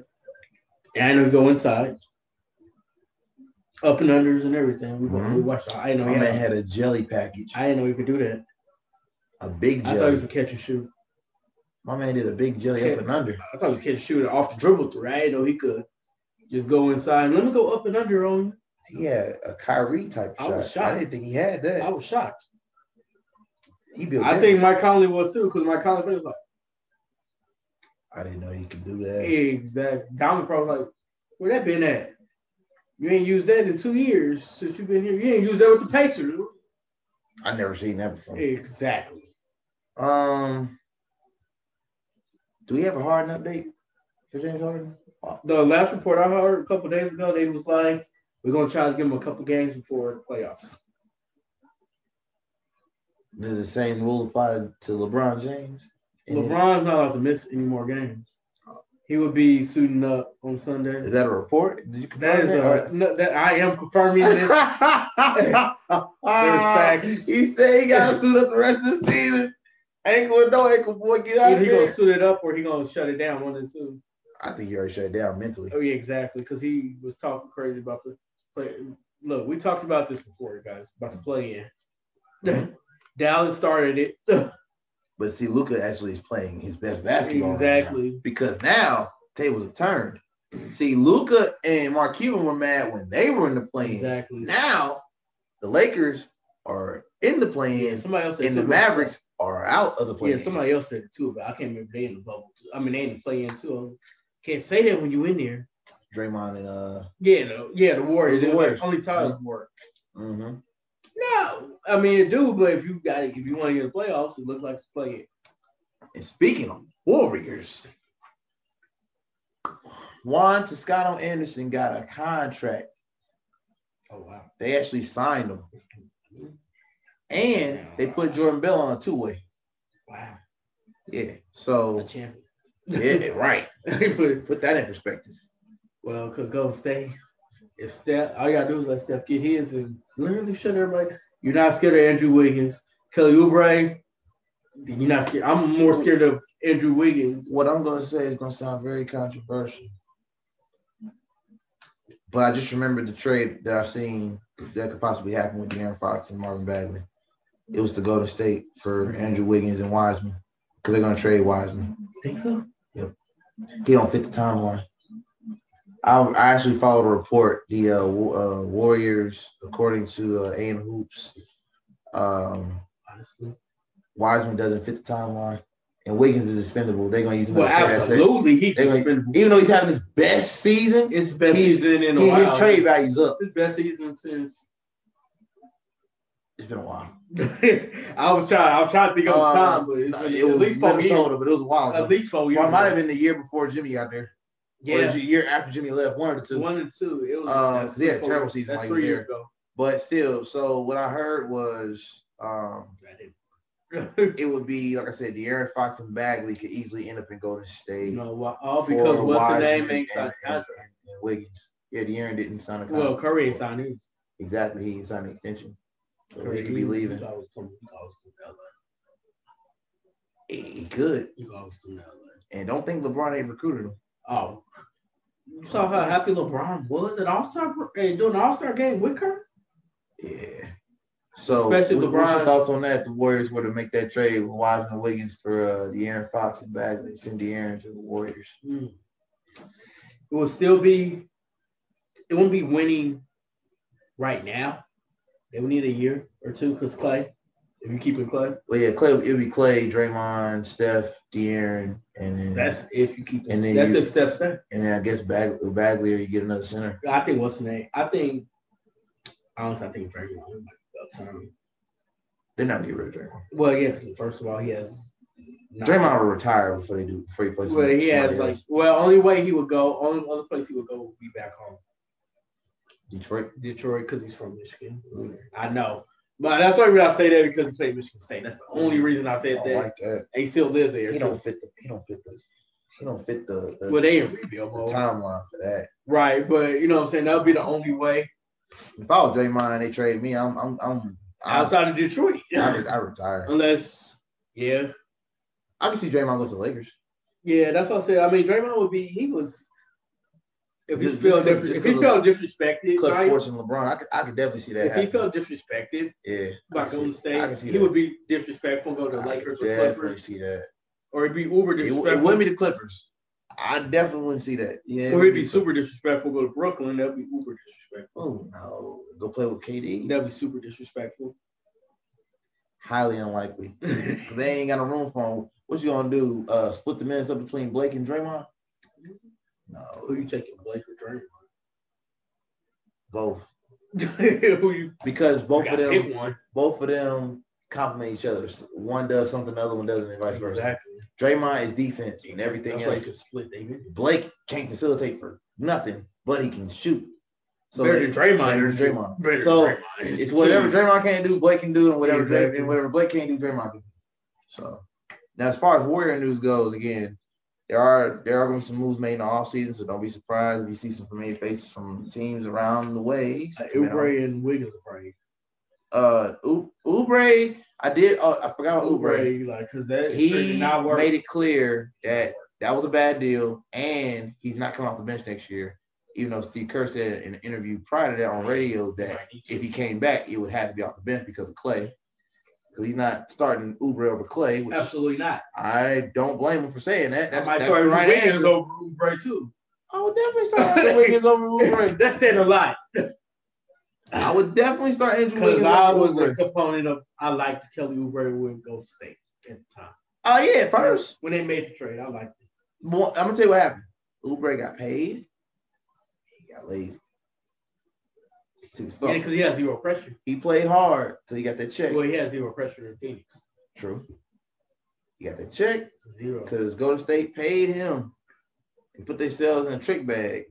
And I know go inside. Up and unders and everything. We, Mhm. we watched. I didn't My know. He man had, had a jelly package, I didn't know he could do that. a big I thought he jelly. could catch and shoot. My man did a big jelly up and under. I thought he could catch and shoot off the dribble three. I didn't know he could just go inside. And let me go up and under on you. He had a Kyrie type I shot. was I shocked. didn't think he had I that. was shocked. He built. I that. think Mike Conley was too, because Mike Conley was like, I didn't know he could do that. exactly. Diamond probably was like, where that been at? You ain't used that in two years since you've been here. You ain't used that with the Pacers. I never seen that before. Exactly. Um, do we have a Harden update for James Harden? The last report I heard a couple days ago, they was like, we're gonna try to give him a couple games before the playoffs. Does the same rule apply to LeBron James? And LeBron's not allowed to miss any more games. He would be suiting up on Sunday. Is that a report? Did you confirm That is that? a, no, that I am confirming <laughs> this. facts. He said he got to suit up the rest of the season. Ankle or no ankle, boy, get out Either of he gonna here. suit it up or he gonna shut it down. One and two. I think he already shut down mentally. Oh yeah, exactly. Because he was talking crazy about the play. Look, we talked about this before, guys, about the play in. <laughs> Mhm. Dallas started it. <laughs> But see, Luca actually is playing his best basketball. right now. exactly. because now tables have turned. See, Luca and Mark Cuban were mad when they were in the play-in. Exactly. Now the Lakers are in the play-in, Yeah, somebody else said and the too, but- Mavericks are out of the play-in. Yeah, somebody else said it too, but I can't remember they in the bubble. Too. I mean, they in the play in too. Can't say that when you in there. Draymond and uh, Yeah, the, yeah, the Warriors. The It was Warriors. like Only time mm work. mhm. No, I mean it do, but if you got it, if you want to get the playoffs, it looks like it's play and speaking of Warriors, Juan Toscano Anderson got a contract. in. Oh wow. They actually signed him, and they put Jordan Bell on a two-way. Wow. Yeah, A so champion. yeah, right. <laughs> They put- Put that in perspective. well, because Golden State, if Steph all you gotta do is let Steph get his and literally shut everybody You're not scared of Andrew Wiggins. Kelly Oubre, you're not scared. I'm more scared of Andrew Wiggins. What I'm going to say is going to sound very controversial. But I just remembered the trade that I've seen that could possibly happen with De'Aaron Fox and Marvin Bagley. It was to go to state for Andrew Wiggins and Wiseman because they're going to trade Wiseman. Think so? He don't fit the timeline. I, I actually followed a report. The uh, Wa- uh, Warriors, according to uh, A and Hoops, um, Honestly. Wiseman doesn't fit the timeline, and Wiggins is expendable. They're going to use him. Well, as a trade asset. absolutely. He's They just like- been Even though he's having his best season, his best he- season in a he- while. his trade value's up. His best season since <laughs> It's been a while. I was trying. I was trying to think of the Uh, time, but it's been It was at least four years. Minnesota, but it was a while ago. At least four years. Well, it might have been the year before Jimmy got there. Or yeah, the year after Jimmy left, one or two. one and two. It was. Uh, that's they had a four- terrible season That's while he three was years ago. But still, so what I heard was um, <laughs> it would be, like I said, De'Aaron Fox and Bagley could easily end up in Golden State. you know, why- all because or what's the Wiseman name ain't and- signed a and- contract. and Wiggins. Yeah, De'Aaron didn't sign a contract. Well, Curry ain't signed his. Exactly, he signed an extension. So Curry he could be leaving. I was coming. I was coming to LA. He he could. You always do that. Like, And don't think LeBron ain't recruited him. oh, you saw how happy LeBron was at All Star and doing All Star game with Kerr. Yeah. So Especially what- what's your LeBron. thoughts on that? The Warriors were to make that trade with Wiseman and Wiggins for uh, De'Aaron Fox and Bagley, send De'Aaron to the Warriors. It will still be. It won't be winning right now. They will need a year or two because Clay. If you keep in Clay, Well, yeah, Clay. It'll be Clay, Draymond, Steph, De'Aaron, and then that's if you keep. And then that's you- if Steph stays. and then I guess Bag- Bagley or you get another center. I think what's the name? I think. Honestly, I think Draymond might be about time. They're not gonna get rid of Draymond. Well, yeah. 'cause First of all, he has. Draymond will retire before they do before he plays. Well, he has somebody like else. well, only way he would go, only other place he would go would be back home, Detroit. Detroit, because he's from Michigan. I know, but that's the only reason I say that because he played Michigan State. That's the only reason I Mm-hmm. I said don't that. like that. and he still lives there. He so- don't fit the. He don't fit the. He don't fit the, the, well, they in the rebuild mode, timeline for that. right? But you know what I'm saying. That would be the only way If I was Draymond and they trade me, I'm I'm I'm I, outside of Detroit, <laughs> I, re- I retire. unless yeah, I can see Draymond go to the Lakers. yeah. That's what I said. I mean, Draymond would be. He was. If he Just- felt just 'cause- dis- just if he 'cause felt disrespected, Clutch right? Sports and LeBron, I could, I could definitely see that If he happening. felt disrespected yeah, I by can see- Golden I State, can see he that. would be disrespectful, go to I the could Lakers or definitely Clippers. see that. or it'd be uber It, w- disrespectful. it wouldn't be the Clippers. I definitely wouldn't see that. Yeah, it or would it'd be super disrespectful. Go to Brooklyn, that'd be uber disrespectful. Oh no, go play with KD. That'd be super disrespectful. Highly <laughs> unlikely. 'Cause they ain't got a room for him. What you gonna do? Uh, split the minutes up between Blake and Draymond? Who No, you taking, Blake or both Draymond? <laughs> Who you because both gotta of them pick one? both of them complement each other. One does something, the other one doesn't, and vice versa. Exactly. Draymond is defense and everything That's why you else. could split David. Blake can't facilitate for nothing, but he can shoot. So better they- than Draymond. better than Draymond. Better than So, Draymond. it's whatever Draymond can't do, Blake can do, and whatever Dray- Exactly. and whatever Blake can't do, Draymond can do. So now, as far as Warrior news goes, again, there are there are going to be some moves made in the offseason, so don't be surprised if you see some familiar faces from teams around the way. Uh, Oubre and Wiggins are probably Uh, U- Oubre, I did. Oh, I forgot about Oubre. Oubre, like because that he did not work. made it clear that that was a bad deal, and he's not coming off the bench next year. Even though Steve Kerr said in an interview prior to that on radio that if he came back, it would have to be off the bench because of Clay, because he's not starting Uber over Clay. Which Absolutely not. I don't blame him for saying that. That's, That's, I might that's start the right Wiggins answer. over Oubre too. I would definitely start <laughs> Andrew Wiggins over Uber. That's saying a lot. I would definitely start <laughs> Andrew Because Wiggins I over was Oubre. a component of I liked Kelly Oubre with Ghost State at the time. Oh yeah, at first When they made the trade, I liked it. Well, I'm gonna tell you what happened. Uber got paid. He got lazy. Sick as fuck. Yeah, because he has zero pressure. He played hard till he got that check. Well, he has zero pressure in Phoenix. True. He got that check Zero. because Golden State paid him and put themselves in a trick bag.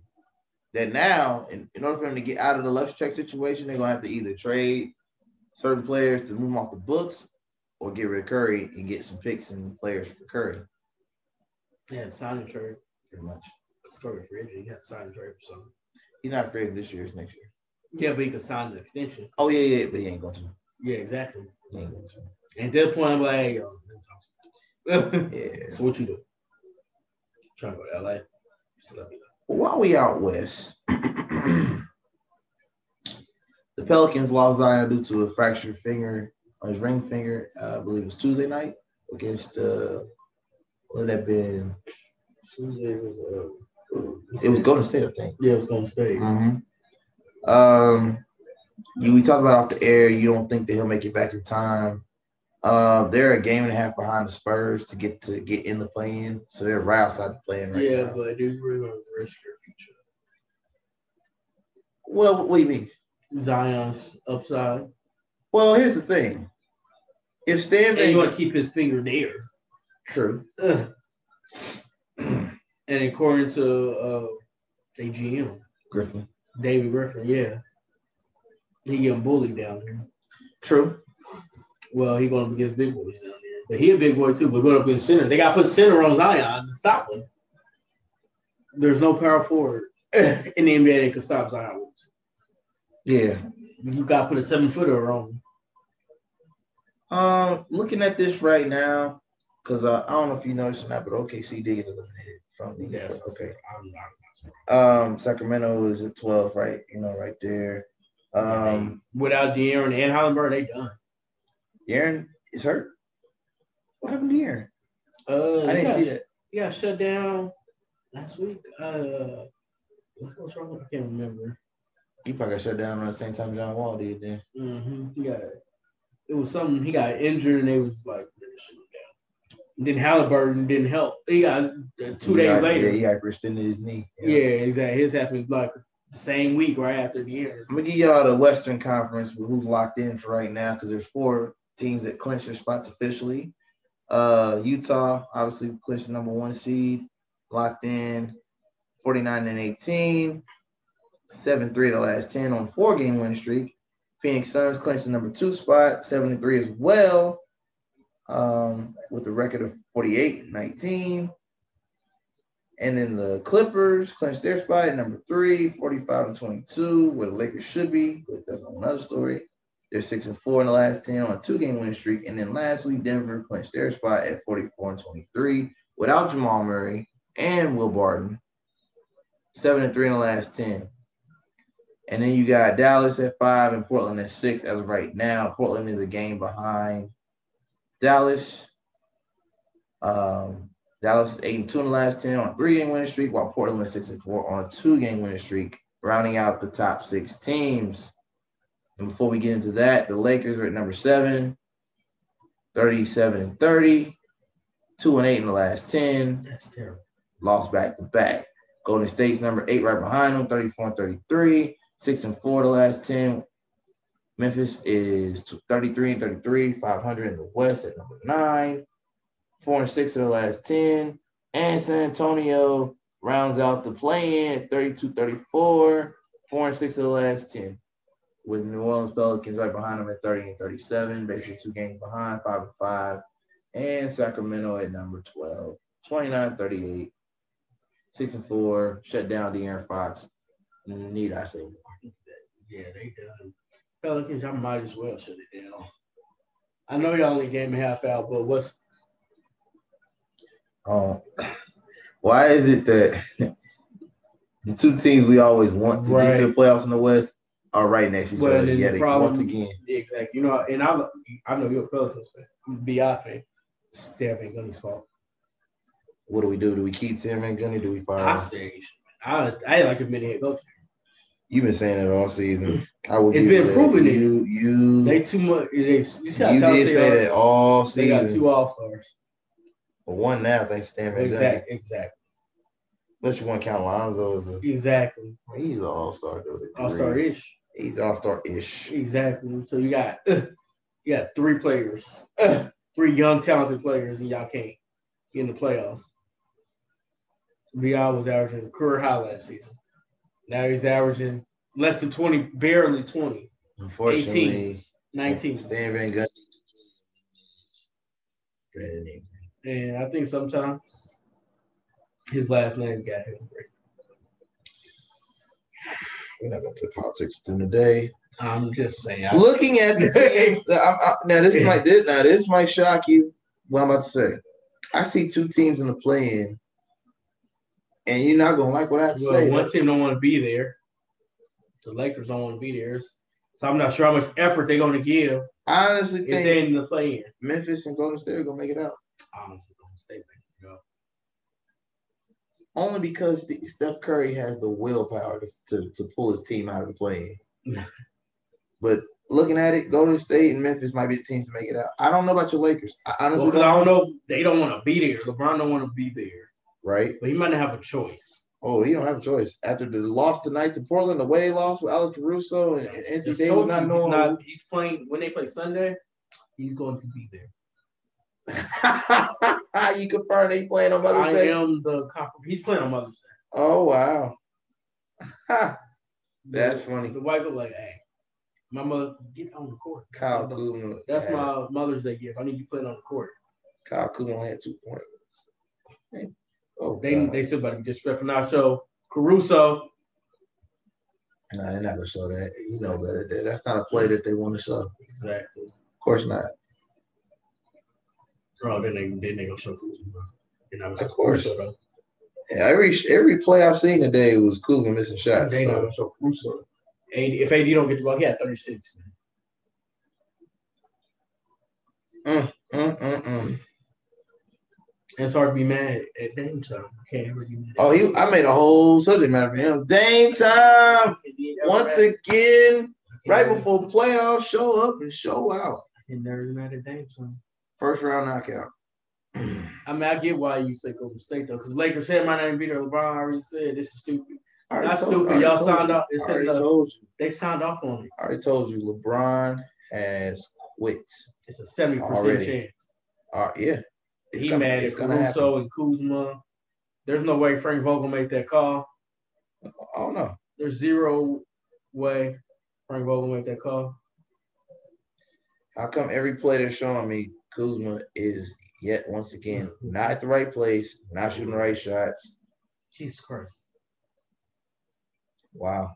That now, in, in order for them to get out of the luxury check situation, they're gonna have to either trade certain players to move them off the books or get rid of Curry and get some picks and players for Curry, Yeah, signing trade. pretty much. Scoring for injury. He had to sign a trade for something. He's not afraid this year, it's next year. Yeah, but he could sign an extension. Oh, yeah, yeah, but he ain't going to. Yeah, exactly. At that point, I'm like, hey, yo, let me talk to <laughs> Yeah. you. so what you do? Trying to go to LA? Just let me know. Well, while we out west, <clears throat> the Pelicans lost Zion due to a fractured finger on his ring finger. Uh, I believe it was Tuesday night against. Uh, what would that been? Tuesday was, uh, It was Golden State, I think. yeah, it was going to stay. Mhm. Um, you we talked about off the air. You don't think that he'll make it back in time. Uh, they're a game and a half behind the Spurs to get to get in the play-in, so they're right outside the play-in right yeah, now. but dude, we're going to risk your future. Well, what do you mean? Zion's upside. Well, here's the thing: if Stan And you Van want to keep his finger there. true, Ugh. and according to uh, they GM, Griffin, David Griffin, yeah, he getting bullied down there. true, Well, he going up against big boys down there, but he a big boy too. But going up against center, they got to put center on Zion to stop him. There's no power forward <laughs> in the NBA that can stop Zion. Williamson. yeah. You got to put a seven footer on him. Um, looking at this right now, because uh, I don't know if you noticed or not, but OKC did get eliminated from the Yes. Okay. I'm not. Um, Sacramento is at twelve, right? You know, right there. Um, Without De'Aaron and Hollenberg, they done. Aaron is hurt. What happened to Aaron? Uh, I didn't yeah. see that. Yeah, shut down last week. Uh, what was wrong? with- I can't remember. He probably got shut down around the same time John Wall did. Then hmm He got it was something. He got injured, and they was like, "Man, shut him down." And then Halliburton didn't help. He got uh, two He days hy- later. yeah, he hyperextended his knee. Yeah, exactly. His happened like the same week, right after the year. I'm gonna give y'all the Western Conference with who's locked in for right now because there's four teams that clinch their spots officially. Uh, Utah obviously clinched the number one seed, locked in 49 and 18, 7 3 the last 10 on a four game win streak. Phoenix Suns clinched the number two spot, 7 and 3 as well, um, with a record of 48 and 19. And then the Clippers clinched their spot at number three, 45 and 22, where the Lakers should be, but that's another story. They're six and four in the last 10 on a two game win streak. And then lastly, Denver clinched their spot at 44 and 23 without Jamal Murray and Will Barton, seven and three in the last 10. And then you got Dallas at five and Portland at six as of right now. Portland is a game behind Dallas. Um, Dallas is eight and two in the last ten on a three-game winning streak, while Portland is six and four on a two-game winning streak, rounding out the top six teams. And before we get into that, the Lakers are at number seven, 37 and 30, two and eight in the last ten, That's terrible. lost back to back. Golden State's number eight right behind them, 34 and 33, six and four the last 10. Memphis is t- 33 and 33, 500 in the West at number nine, four and six in the last 10. And San Antonio rounds out the play in at 32 34, four and six in the last 10. With New Orleans Pelicans right behind them at 30 and 37, basically two games behind, five and five. And Sacramento at number 12, 29 38 six and four, shut down De'Aaron Fox. Need I say? Yeah, they done. Pelicans, I might as well shut it down. I know y'all only game and a half out, but what's Um, why is it that the two teams we always want to get to the playoffs in the West are right next to each Well, other? there's a Yet ag- problem. once again, Yeah, exactly. You know, and I I know you're a Pelicans fan. I'm a BI fan. Steph ain't Gunny's fault. what do we do? Do we keep Tim and Gunny? Do we fire? I him? say you should- I I ain't like a mini head coach. You've been saying it all season. I will. It's give been you that. proven it. You you They too much. They, you see how you did talented they say are? that all They got season. two all stars. But one now thanks to Stan Van Gundy. Exactly. Exactly. Unless you want to count Lonzo as a Exactly. he's an all star though. All star ish. He's all star ish. Exactly. So you got you got three players, <laughs> three young talented players, and y'all can't get in the playoffs. VI was averaging a career high last season. Now he's averaging less than 20, barely 20, Unfortunately. 19. Stan Van Gundy. Brandon Ingram. And I think sometimes his last name got him. We're not gonna put politics within the day. I'm just saying. I- Looking at the team, I, I, now this might this now this might shock you. What I'm about to say, I see two teams in the play-in, and you're not gonna like what I have to Well, say. one team don't want to be there. The Lakers don't want to be there. So I'm not sure how much effort they're going to give I honestly if think they're in the play-in. Memphis and Golden State are gonna make it out Honestly, Golden State, man, you know. only because the, Steph Curry has the willpower to, to, to pull his team out of the <laughs> play-in. but looking at it, Golden State and Memphis might be the teams to make it out. I don't know about your Lakers. I honestly, Well, 'cause I don't, don't know if they don't want to be there. LeBron don't want to be there, right? but he might not have a choice. Oh, you don't have a choice. After the loss tonight to Portland, the way they lost with Alex Russo and, and Anthony Just Davis told not you knowing. he's, not, he's playing when they play Sunday. He's going to be there. <laughs> you confirm they playing on I Mother's Day. am the comp- he's playing on Mother's Day. Oh wow, <laughs> That's The- funny. The wife was like, "Hey, my mother, get on the court." Kyle Kuzma. That's my Mother's Day gift. I need you playing on the court. Kyle Kuzma only had two points. Hey. Oh, They God. they still about to be disrespectful now. So Caruso, Nah, they're not gonna show that. You know better. That- That's not a play that they want to show. Of exactly. course not. Oh, then they then they gonna show Caruso. bro. And I was Of course. Caruso, though. Every every play I've seen today was Kuzma missing shots. They So. gonna show Caruso. And if AD don't get the ball, he had 36. man. Mm, mm, mm. And it's hard to be mad at Dame time. I can't ever be mad. Oh, he, I made a whole subject matter for him. Dame time. Once again, right before playoffs, show up and show out. And there's mad at Dame time. First round knockout. I mean, I get why you say Golden State though, because Lakers head might not even be there. LeBron already said this is stupid. I already That's told- I stupid. already Y'all told signed you. off. It I said, already uh, told you. They signed off on it. I already told you. LeBron has quit. It's a seventy percent Already. chance. Uh, yeah. It's he gonna- mad it's at gonna happen. Caruso and Kuzma. There's no way Frank Vogel make that call. I don't know. There's zero way Frank Vogel make that call. How come every play they're showing me, Kuzma is yet once again not at the right place, not shooting the right shots. Jesus Christ. Wow.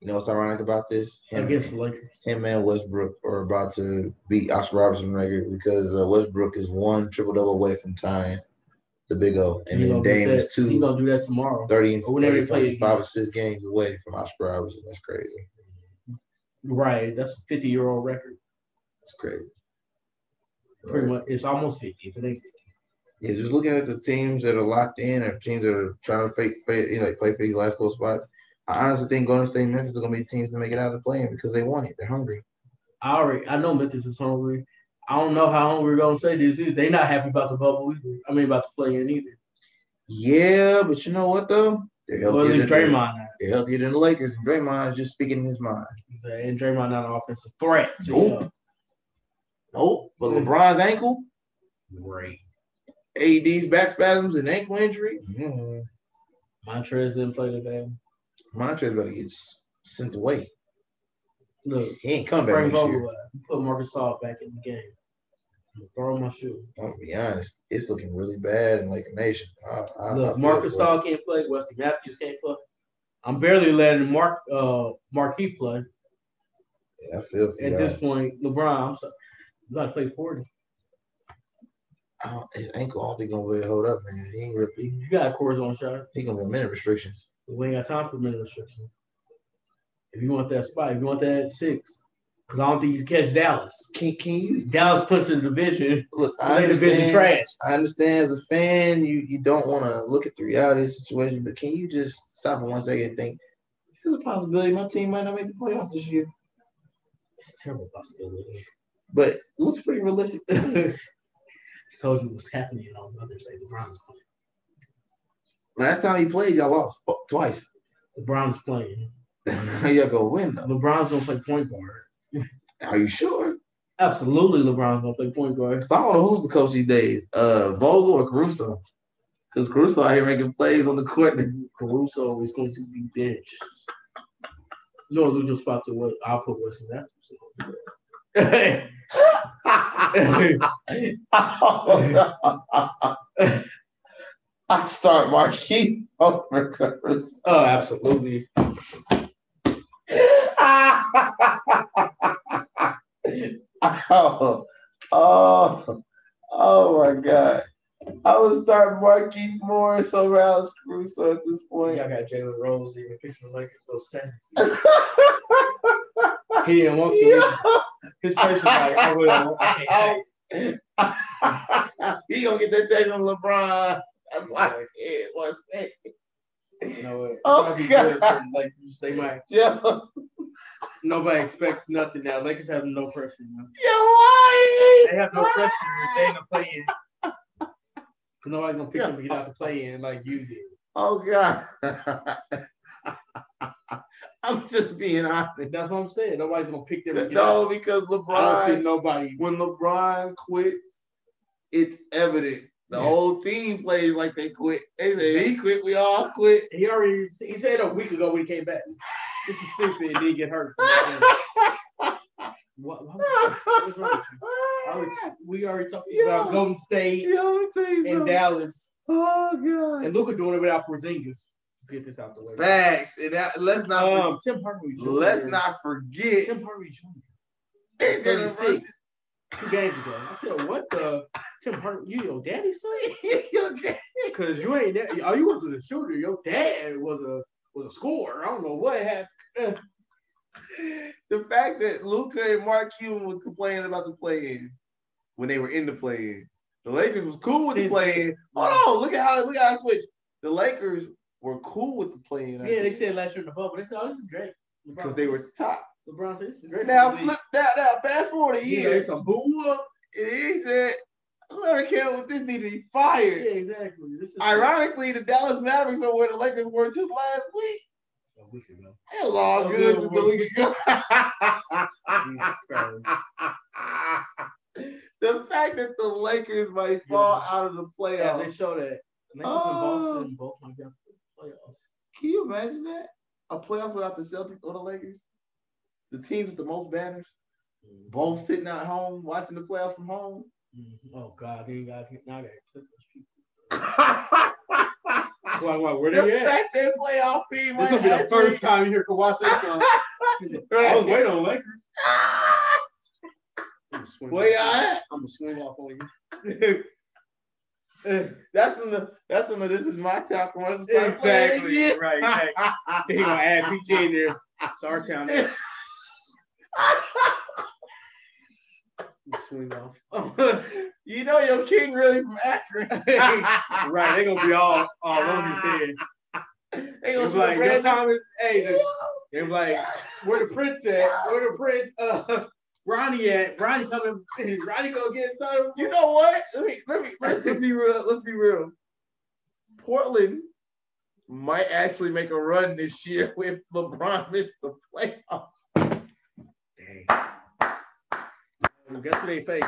You know what's ironic about this? Him- Against the Lakers. him and Westbrook are about to beat Oscar Robertson record because uh, Westbrook is one triple double away from tying the Big O, and He then gonna do Dame that- is He two gonna do that tomorrow. 30 and Or whenever 30 they play points, again. five or six games away from Oscar Robertson. That's crazy. Right. That's a 50 year old record. That's crazy. Pretty Right. much. It's almost 50. If it ain't Yeah, just looking at the teams that are locked in or teams that are trying to fake, fake you know, like play for these last four spots. I honestly think Golden State and Memphis are going to be the teams to make it out of the play because they want it. They're hungry. I already I know Memphis is hungry. I don't know how hungry we're gonna say this is. They not happy about the bubble either. I mean about the play in either. Yeah, but you know what though? They're Well, at healthier, least than, Draymond not. they're healthier than the Lakers. And Draymond is just speaking his mind. And Draymond not an offensive threat. So, Nope. yeah. Nope. But Yeah. LeBron's ankle, Great. AD's back spasms, and ankle injury. Montrez didn't play today. Montrez better get s- sent away. Look, He ain't come back Frank next year. Vogel uh, put Marcus Saul back in the game. I'm gonna throw him my shoe. I'm gonna be honest. It's looking really bad in Laker Nation. I, I, I Look, feel Marcus for it. Saul can't play. Wesley Matthews can't play. I'm barely letting Mark uh Marquis play. Yeah, I feel for At y'all. this point, LeBron, I'm sorry. You gotta play 40. I don't- his ankle, I don't think gonna really hold up, man. He ain't really, he, You got a cortisone shot. he gonna be on minute restrictions. We ain't got time for minute restrictions. If you want that spot, if you want that at six, because I don't think you catch Dallas. Can can you Dallas puts in the division. look? I They division understand. trash. I understand as a fan, you you don't want to look at the reality of the situation, but can you just stop for one second and think? There's a possibility my team might not make the playoffs this year. It's a terrible possibility. but it looks pretty realistic. <laughs> Told you what's happening on Mother's Day. LeBron's playing. Last time you played, y'all lost oh, twice. <laughs> LeBron's playing. y'all gonna win though. LeBron's gonna play point guard. Are you sure? Absolutely, LeBron's gonna play point guard. 'Cause I don't know who's the coach these days, uh, Vogel or Caruso. Because Caruso out here making plays on the court. Caruso is going to be benched. You don't lose your spot to what I'll put Wesley <laughs> Matthews. <laughs> in. I start Marquis over Caruso. oh, absolutely. <laughs> oh, oh, oh my God. I would start Marquise Morris over Alex Caruso at this point. Y'all got Jalen Rose even picking the Lakers so sentence. He didn't want to. His face was like, I really don't want- I <laughs> can't <laughs> take. he gonna get that thing from LeBron. That's why I can't. What's that? it. You know what? It Oh, might be God. good for the Lakers. They might. Yo, Nobody expects nothing now. Lakers have no pressure. Now. you're lying. They have no pressure. if They ain't gonna play in. 'Cause <laughs> nobody's gonna pick them to get out to play in like you did. Oh God. <laughs> I'm just being honest. That's what I'm saying. Nobody's gonna pick them. To get out. No, because I don't see LeBron, nobody. when LeBron quits, it's evident. The Yeah. whole team plays like they quit. They say he quit, we all quit. He already he said a week ago when he came back. This is stupid. And he get <laughs> hurt. what, what, what's wrong with you? Alex, we already talked about Yeah. Golden State Yo, let me tell Ah, you and something. Dallas oh God. and Luca doing it without Porzingis. Get this out the way. Facts. And that, let's not Um, Tim Hardaway Jr. let's not forget. Tim Hardaway Jr. It didn't <laughs> 36, two games ago. I said, what the Tim Hardaway? You your daddy's son? Because you ain't that. All you was was a shooter. Your dad was a was a scorer. I don't know what happened. the fact that Luca and Mark Cuban was complaining about the play-in when they were in the play-in. The Lakers was cool with the Since- play-in. Hold on, look at how look at how I switched. The Lakers were cool with the play-in. Yeah, they said last year in the bubble. They said, "Oh, this is great." LeBron- because they were top. LeBron said, "This is great." Now League. flip that now fast forward a yeah, year. it's a boo. And he said, Whoever came with this need to be Yeah, fired. exactly. This is Ironically, the Dallas Mavericks are where the Lakers were just last week. A <laughs> week ago. It was all Oh, good <laughs> yeah, just well. a week ago. Jesus Christ. the fact that the Lakers might fall out of the yeah, they playoffs. show that. Lakers Oh. and Boston both might be out for the playoffs. Can you imagine that? A playoffs without the Celtics or the Lakers? The teams with the most banners, both sitting at home watching the playoffs from home. Mhm. Oh God, then you got now that. Why? Why? Where the they at? fact that playoff team This might gonna be the actually- <laughs> first time you hear Kawhi say something. I was waiting on Lakers. I'm gonna swing Where off. y'all I'm gonna swing off on you. at? That's when the that's when the this is my town commercial starts playing Exactly. again. Right. <laughs> Exactly. They gonna add PJ in there. It's our town. now. Swing off. you know your king really from Akron. right, they're gonna be all all over his head. They It gonna was shoot a like, yo, brand new- Thomas, hey, the- they was like, where the prince at? Where the prince? Uh, Ronnie at? Ronnie coming? <laughs> Ronnie gonna get inside him? You know what? Let me let me let's just be real. Let's be real. Portland might actually make a run this year <laughs> if LeBron missed the playoffs. <laughs> Well, Guess who they face?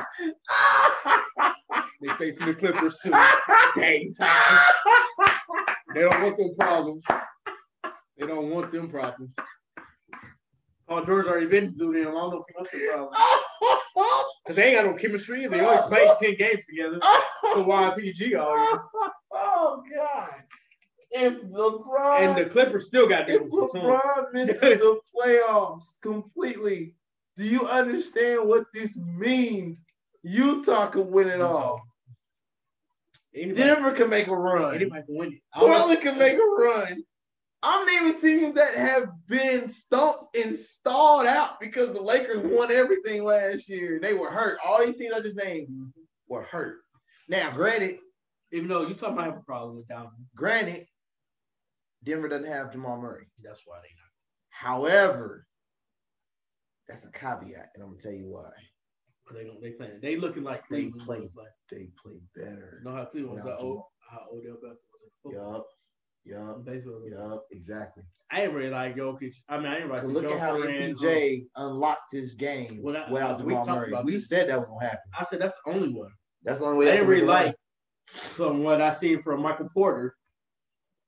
They facing the Clippers too. <laughs> Dang time. They don't want them problems. They don't want them problems. Paul George already been through them. I don't know if he wants them problems. Cause they ain't got no chemistry. They only played ten games together. So why PG all year? oh God! If LeBron And the Clippers still got if them. LeBron <laughs> misses the playoffs completely, do you understand what this means? Utah could win it all. Anybody, Denver can make a run. anybody can win it. I don't know. Portland can make a run. I'm naming teams that have been stumped and stalled out because the Lakers won everything last year. They were hurt. All these teams I just named were hurt. Now, granted, Even though Utah might have a problem with Donovan, granted, Denver doesn't have Jamal Murray. that's why they not. However, that's a caveat, and I'm gonna tell you why. Cause they don't. They playing. They looking like They Cleveland. play. was Like, They play better. you know how Cleveland was Without like, oh, Jamal. how Odell Beckham was in football. Yup, yup, In baseball. yup, exactly. I ain't really like Jokic. I mean, I ain't really like Look at how Jokic. uh, MPJ unlocked his game um, Well, that- uh, without we Jamal talked Murray. about We this. said that was gonna happen. I said that's the only one. That's the only I way. didn't really can like from what I seen from Michael Porter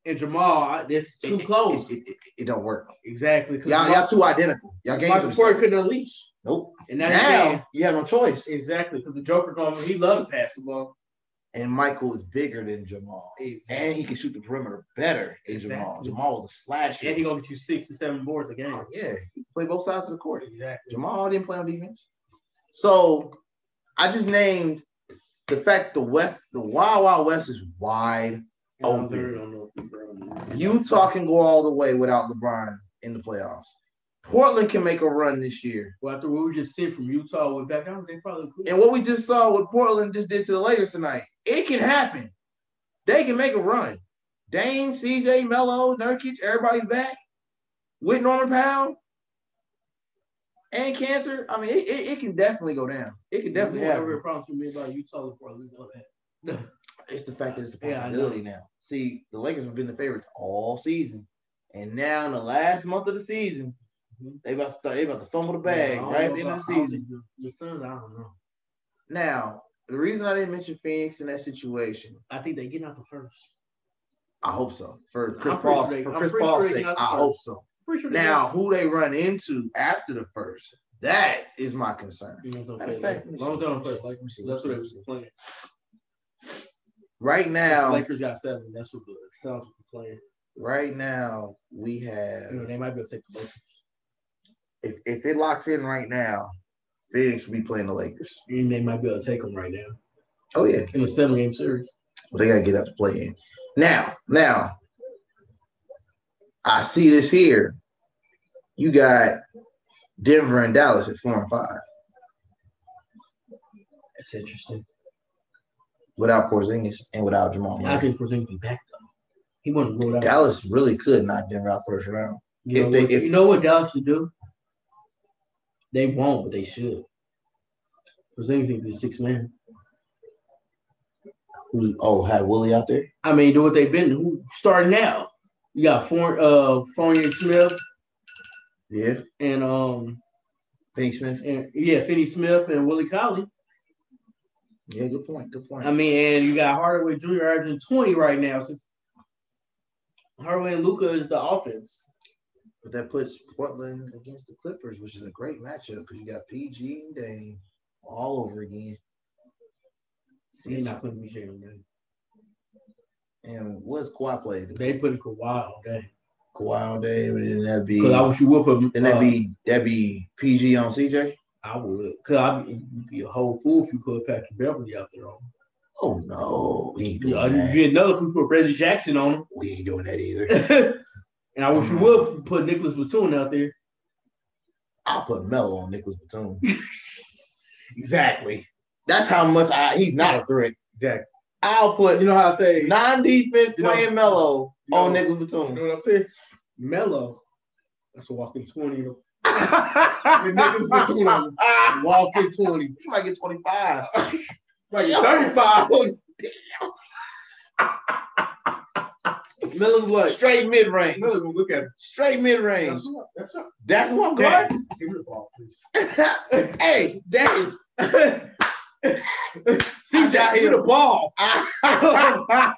and Jamal. I- It's win. <laughs> too It- close. It, it- it- it don't work. exactly. 'cause Y'all, y'all too identical. Y'all games are Michael the Porter same. couldn't unleash. Nope. And now, Now you have no choice. exactly because the Joker going. He loved to pass the ball. and Michael is bigger than Jamal, Exactly. and he can shoot the perimeter better than Jamal. Exactly. Jamal was a slasher. And he gonna get you six to seven boards a game. Oh, yeah, he played both sides of the court. Exactly. Jamal didn't play on defense. So I just named the fact the West, the Wild Wild West is wide. And I'm Open. very Oh, unknown. Utah can go all the way without LeBron in the playoffs. Portland can make a run this year. Well, after what we just seen from Utah, went back down. They probably could. And what we just saw what Portland just did to the Lakers tonight, it can happen. They can make a run. Dame, CJ, Melo, Nurkic, everybody's back with Norman Powell and Cancer. I mean, it, it, it can definitely go down. It can definitely have happen. a problem for me about Utah before I leave all that. It's the fact that it's a Yeah, I know. possibility now. See, the Lakers have been the favorites all season, and now in the last month of the season, Mhm. they about to start, they about to fumble the I bag right don't know at the end of the about- I don't season. think Your your sons, I don't know. Now, the reason I didn't mention Phoenix in that situation, I think they get out the first. I hope so for I'm Chris pretty Paul's sure they- for I'm Chris pretty Paul's sure they sake. got the I first. hope so. Pretty sure. they Now, who they run into after the first, that is my concern. get- You know, Matter okay. of fact, Like, let me long see. time play. Like, Let me see, that's what let they me was see. playing. Right now, Lakers got seven. That's what the Sounds were playing. right now we You know, have they might be able to take the Lakers. if, if it locks in right now, Phoenix will be playing the Lakers. And they might be able to take them right now Oh yeah, in a seven-game series. Well, they gotta get out to play in. Now, now, I see this here. You got Denver and Dallas at four and five That's interesting. without Porzingis and without Jamal. I Murray. think Porzingis be back though. He wouldn't rule it out. Dallas really could knock Denver out first round. You know, If they- what, if- you know what Dallas should do? They won't, but they should. Porzingis need to be six man. Who? Oh, had Willie out there. I mean, do what they've been. Who starting now? You got Four, uh, Fournier Smith Yeah, and um, Phoenix Smith. and yeah, Finney Smith and Willie Colley. Yeah, good point. Good point. I mean, and you got Hardaway Jr. averaging twenty right now. So Hardaway and Luca is the offense. but that puts Portland against the Clippers, which is a great matchup because you got PG and Dame all over again. They're not putting BJ on game. And what's Kawhi played? They putting Kawhi on game. Kawhi all day, and then that'd be. Because I wish you would put. Then that'd uh, be that'd be PG on CJ. I would, cause I'd be, you'd be a whole fool if you put Patrick Beverly out there on. him. Oh no, we ain't doing You know, that. you'd be another if you put Reggie Jackson on him. We ain't doing that either. <laughs> and I wish you would put Nicholas Batum out there. I'll put Melo on Nicholas Batum. Exactly. That's how much I, he's not a threat. Exactly. I'll put You know how I say? non-defense You know- playing Melo you know- on Nicholas you Batum. know what I'm saying? Mello. That's a walking <laughs> twenty. Nicholas Batum on he Walking twenty. might get <laughs> 25. <laughs> Like you're thirty-five. Mello what? Straight mid-range. Mello gonna look at him. Straight mid-range. That's what. That's what. That's who I'm Dad, guarding. Give me the ball, please. hey, Dave. CJ, got give me him. the ball. <laughs> I-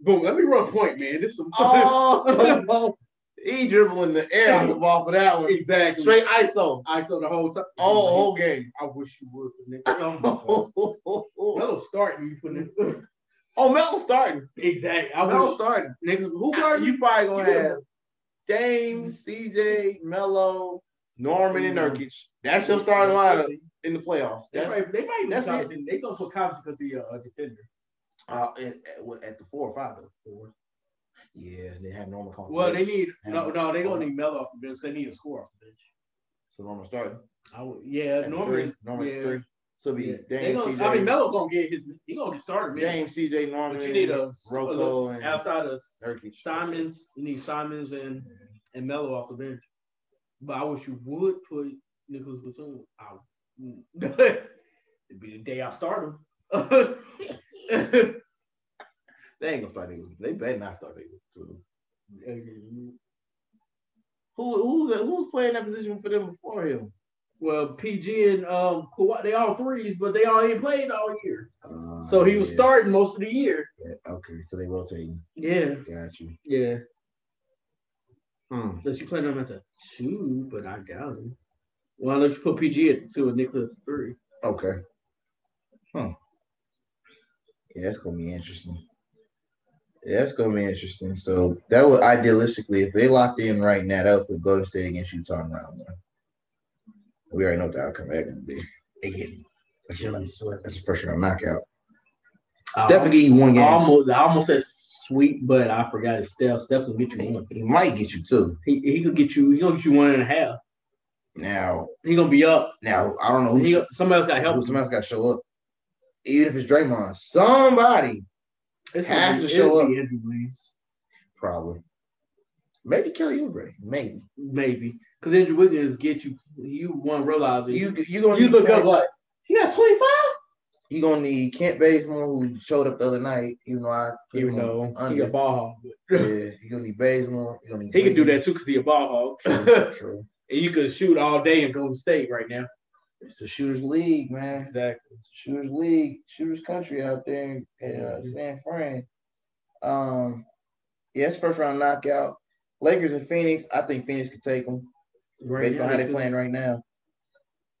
Boom, let me run point, man. This some oh, <laughs> he dribbling the air out the ball for that one. exactly straight Straight <laughs> ISO. ISO the whole time. All Oh, whole game. I wish you would. Nigga. Oh, Oh, oh, oh, oh. Melo starting you putting in. oh Melo starting. exactly. I Melo wish starting. niggas who guard You probably gonna You- have Dame, CJ, Melo, Norman, and Nurkic. That's your starting lineup in the playoffs. They That's might, they might that's that's it. They gonna put Cobbs because he uh, a defender. uh, at, at- at the four or five though. Four. Yeah, they have Norman. coming. Well, they need no, no. They gonna need Melo off the bench. They need a score off the bench. so Norman starting. I would, yeah, At Norman. three. Norman at yeah. three. So it'd be Yeah. They Dame, gonna, CJ. I mean, Melo gonna get his. He gonna get started. man. Dame, CJ, Norman. But you need a Rocco and outside of Nurkic. Simons. You need Simons and and Melo off the bench. But I wish you would put Nicholas Batum out. <laughs> It'd be the day I start him. <laughs> <laughs> They ain't gonna start Niggas. They better not start Niggas. So. Who who's who's playing that position for them before him? well, PG and um, Kawhi, they all threes, but they all ain't played all year. So he was starting most of the year. Uh, Yeah, okay, because they rotating. Yeah, Got you. yeah. Hmm. Unless you play them at the two, but I doubt it. Well, unless you put PG at the two and Nicholas at the three. Okay. Yeah, that's gonna be interesting. Yeah, that's gonna be interesting. So that would idealistically, if they locked in right now, that would put Golden State against Utah in round one. We already know what the outcome of that gonna be. They get That's a, Jimmy Sweat. that's a first round knockout. I Steph will get you one almost- I game. Uh, almost, I almost said sweet, but I forgot it's Steph. Steph can get you He, one. he might get you two. He, he could get you. He gonna get you one and a half. Now, He gonna be up. now I don't know who He, somebody else got help. help. him. Somebody else got to show up. Even if it's Draymond, somebody It's Has gonna to be- show it'll be Andrew Wiggins. probably. Maybe Kelly Oubre. Maybe maybe because Andrew Wiggins get you. You won't realize it. You you you gonna you need look up points. like he got twenty five. you gonna need Kent Bazemore who showed up the other night. Even though I put Even him though he under. a ball hog, yeah, you gonna need Bazemore. You gonna need he can do Wiggins. that too because he a ball hog, True, and true. you could shoot all day in Golden State right now. It's the shooters league, man. Exactly. Shooters league, shooters country out there in in, uh, Mhm. San Fran. Um, yeah, it's first round knockout. Lakers and Phoenix. I think Phoenix could take them. Right based on now, how they're could- playing right now.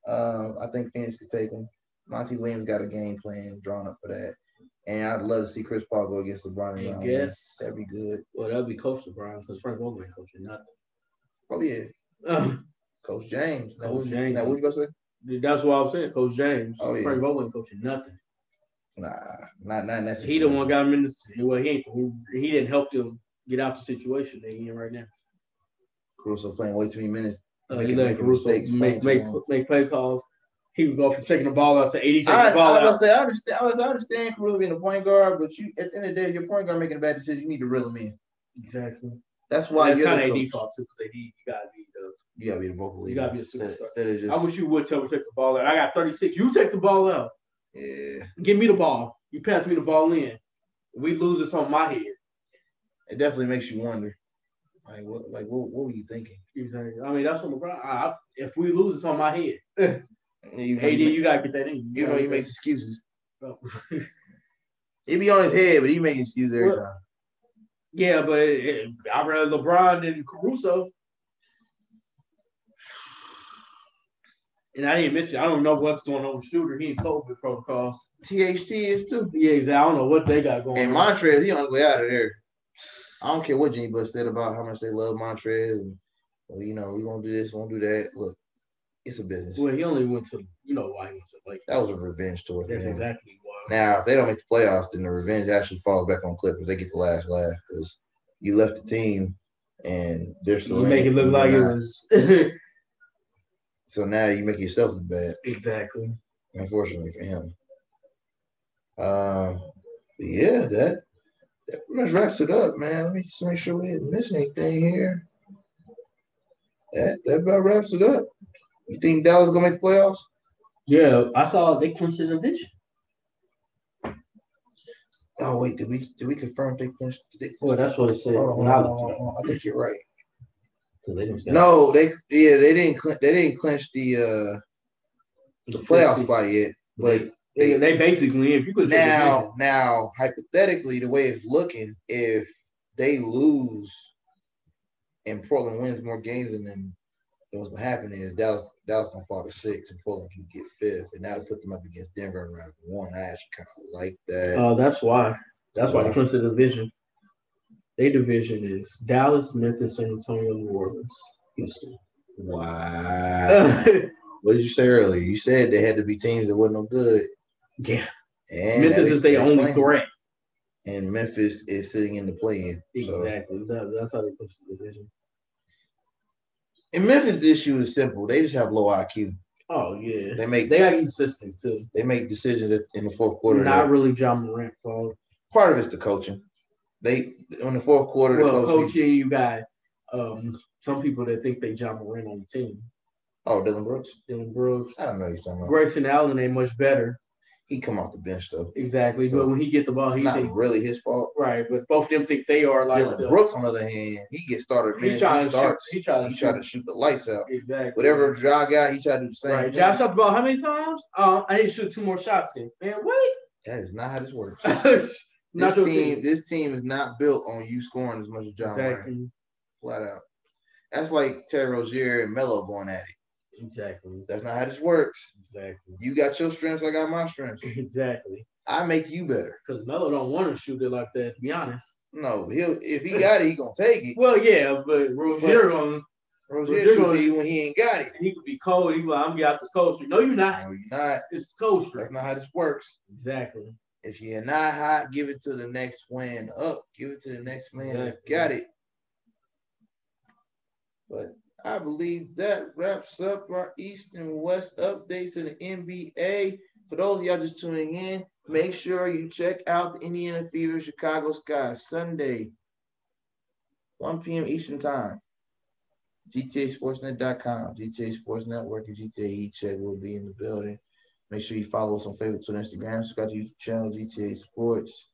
Um, I think Phoenix could take them. Monty Williams got a game plan drawn up for that, and I'd love to see Chris Paul go against LeBron. in And round one. guess that'd be good. well, that'd be Coach LeBron because Frank Vogel ain't coaching nothing. Oh yeah, Uh, Coach James. Now, Coach what- James. Now what you gonna say? that's what I was saying. Coach James, Oh, yeah. Frank Vogel ain't coaching nothing. Nah, not not in that. He the one got him in this. Well, he ain't. the- He didn't help them get out the situation they in right now. Caruso playing way too many minutes. Uh, Making- he let making Caruso mistakes, make playing make, too long. make play calls. He would go from taking the ball out to 80, taking I, I the ball was about to out. say I understand. I, was, I understand Caruso being a point guard, but you at the end of the day, if your point guard making a bad decision, you need to reel him in. Exactly. That's why Why that's you're kind the of a coach. default too, because they need you gotta be the. You gotta be the vocal You leader. gotta be a Instead- superstar. instead of just, I wish you would tell me to take the ball out. I got 36. You take the ball out. yeah. Give me the ball. You pass me the ball in. We lose this on my head. it definitely makes you wonder. Like what like what, what were you thinking? Exactly. I mean, that's what LeBron. I, I- if we lose this on my head, Even though AD, he, you gotta get that in. even though he makes excuses. Oh. He be on his head, but he making excuses every Well- time. Yeah, but it, I'd rather LeBron than Caruso. And I didn't mention, I don't know what's going on with Shooter. He in COVID protocols. THT is too. Yeah, exactly. I don't know what they got going And on. Montrez, he on his way out of there. I don't care what Jimmy Butt said about how much they love Montrez and well, you know, we won't do this, we won't do that. Look, it's a business. Well, he only went to, you know why he went to like That was a revenge tour. for That's them. exactly why. Now, if they don't make the playoffs, then the revenge actually falls back on Clippers. They get the last laugh because you left the team and they're still You in make it look You're like not. <laughs> it was So now you make yourself look bad, exactly. unfortunately for him. Um, but yeah, that that pretty much wraps it up, man. Let me just make sure we didn't miss anything here. That that about wraps it up. You think Dallas gonna make the playoffs? Yeah, I saw they clinched the division. Oh wait, did we did we confirm they clinched? They clinched Well, that's what it said. Hold on, When I hold on, looked hold on, it up. hold on. I think you're right. 'Cause they didn't- No, they yeah they didn't cl- they didn't clinch the uh the playoff spot yet. But they, they basically, if you could now now hypothetically the way it's looking, if they lose and Portland wins more games than them, then what's gonna happen is Dallas Dallas gonna fall to six and Portland can get fifth, and that would put them up against Denver in round one. I actually kind of like that. Uh, that's why. That's why Wow. they clinched the division. Their division is Dallas, Memphis, San Antonio, New Orleans, <laughs> Houston. wow. what did you say earlier? You said they had to be teams that wasn't no good. yeah, And <laughs> Memphis is their only threat. threat. and Memphis is sitting in the play-in. So, Exactly. That, that's how they clinched the division. and Memphis' issue is simple. They just have low IQ. Oh yeah, They make they got consistent too. they make decisions at- in the fourth quarter. Not really John Morant fault. Part of it's the coaching. They on the fourth quarter. the Well, coach, coaching, you got um, some people that think they John Morant on the team. oh Dylan Brooks. Dylan Brooks, I don't know what you're talking about. Grayson Allen ain't much better. He come off the bench though. Exactly, So- but when he get the ball, It's he not think really his fault. right. But both of them think they are like Dylan the- Brooks, on the other hand, he gets started He minutes. He, tried to shoot. starts. He tried to He tried to shoot. shoot the lights out. Exactly. Whatever Ja got, he tried to do the same. Right. thing. Josh shot the ball how many times? Uh, I need to shoot two more shots. Then. Man, <laughs> what? That is not how this works. <laughs> Not this your team, this team is not built on you scoring as much as John. Moran. Exactly. flat out. That's like Terry Rozier and Melo going at it. Exactly. That's not how this works. Exactly. You got your strengths, I got my strengths. Exactly. I make you better. Because Melo don't want to shoot it like that. To be honest. No, he'll if he got it, he gonna take it. Well, yeah, but Rozier on Rozier Rozier shoots gonna- at you when he ain't got it. he could be cold. He be like, I'm gonna get out this cold streak. No, you're not. No, you're not. It's cold streak. That's not how this works. Exactly. If you're not hot, give it to the next man up. Give it to the next man that Exactly. got it. But I believe that wraps up our East and West updates of the NBA. For those of y'all just tuning in, make sure you check out the Indiana Fever Chicago Sky Sunday, 1 p.m. Eastern Time. GTASportsNet.com, GTA Sports Network, and GTA E-Check E will be in the building. Make sure you follow us on Facebook, Twitter, Instagram. Subscribe to YouTube channel, GTA Sports.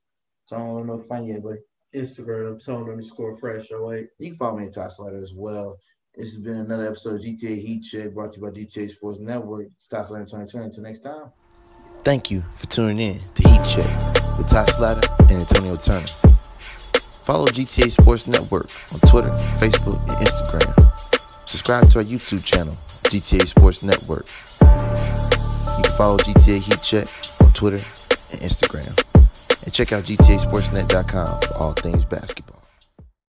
So I don't know if I find you, buddy. Instagram, tone underscore fresh 08. You can follow me at Todd Slater as well. This has been another episode of GTA Heat Check brought to you by GTA Sports Network. It's Todd Slater 2020. Until next time. Thank you for tuning in to Heat Check with Ty Slatter and Antonio Turner. Follow GTA Sports Network on Twitter, Facebook, and Instagram. Subscribe to our YouTube channel, GTA Sports Network. You can follow GTA Heat Check on Twitter and Instagram. And check out GTASportsNet.com for all things basketball.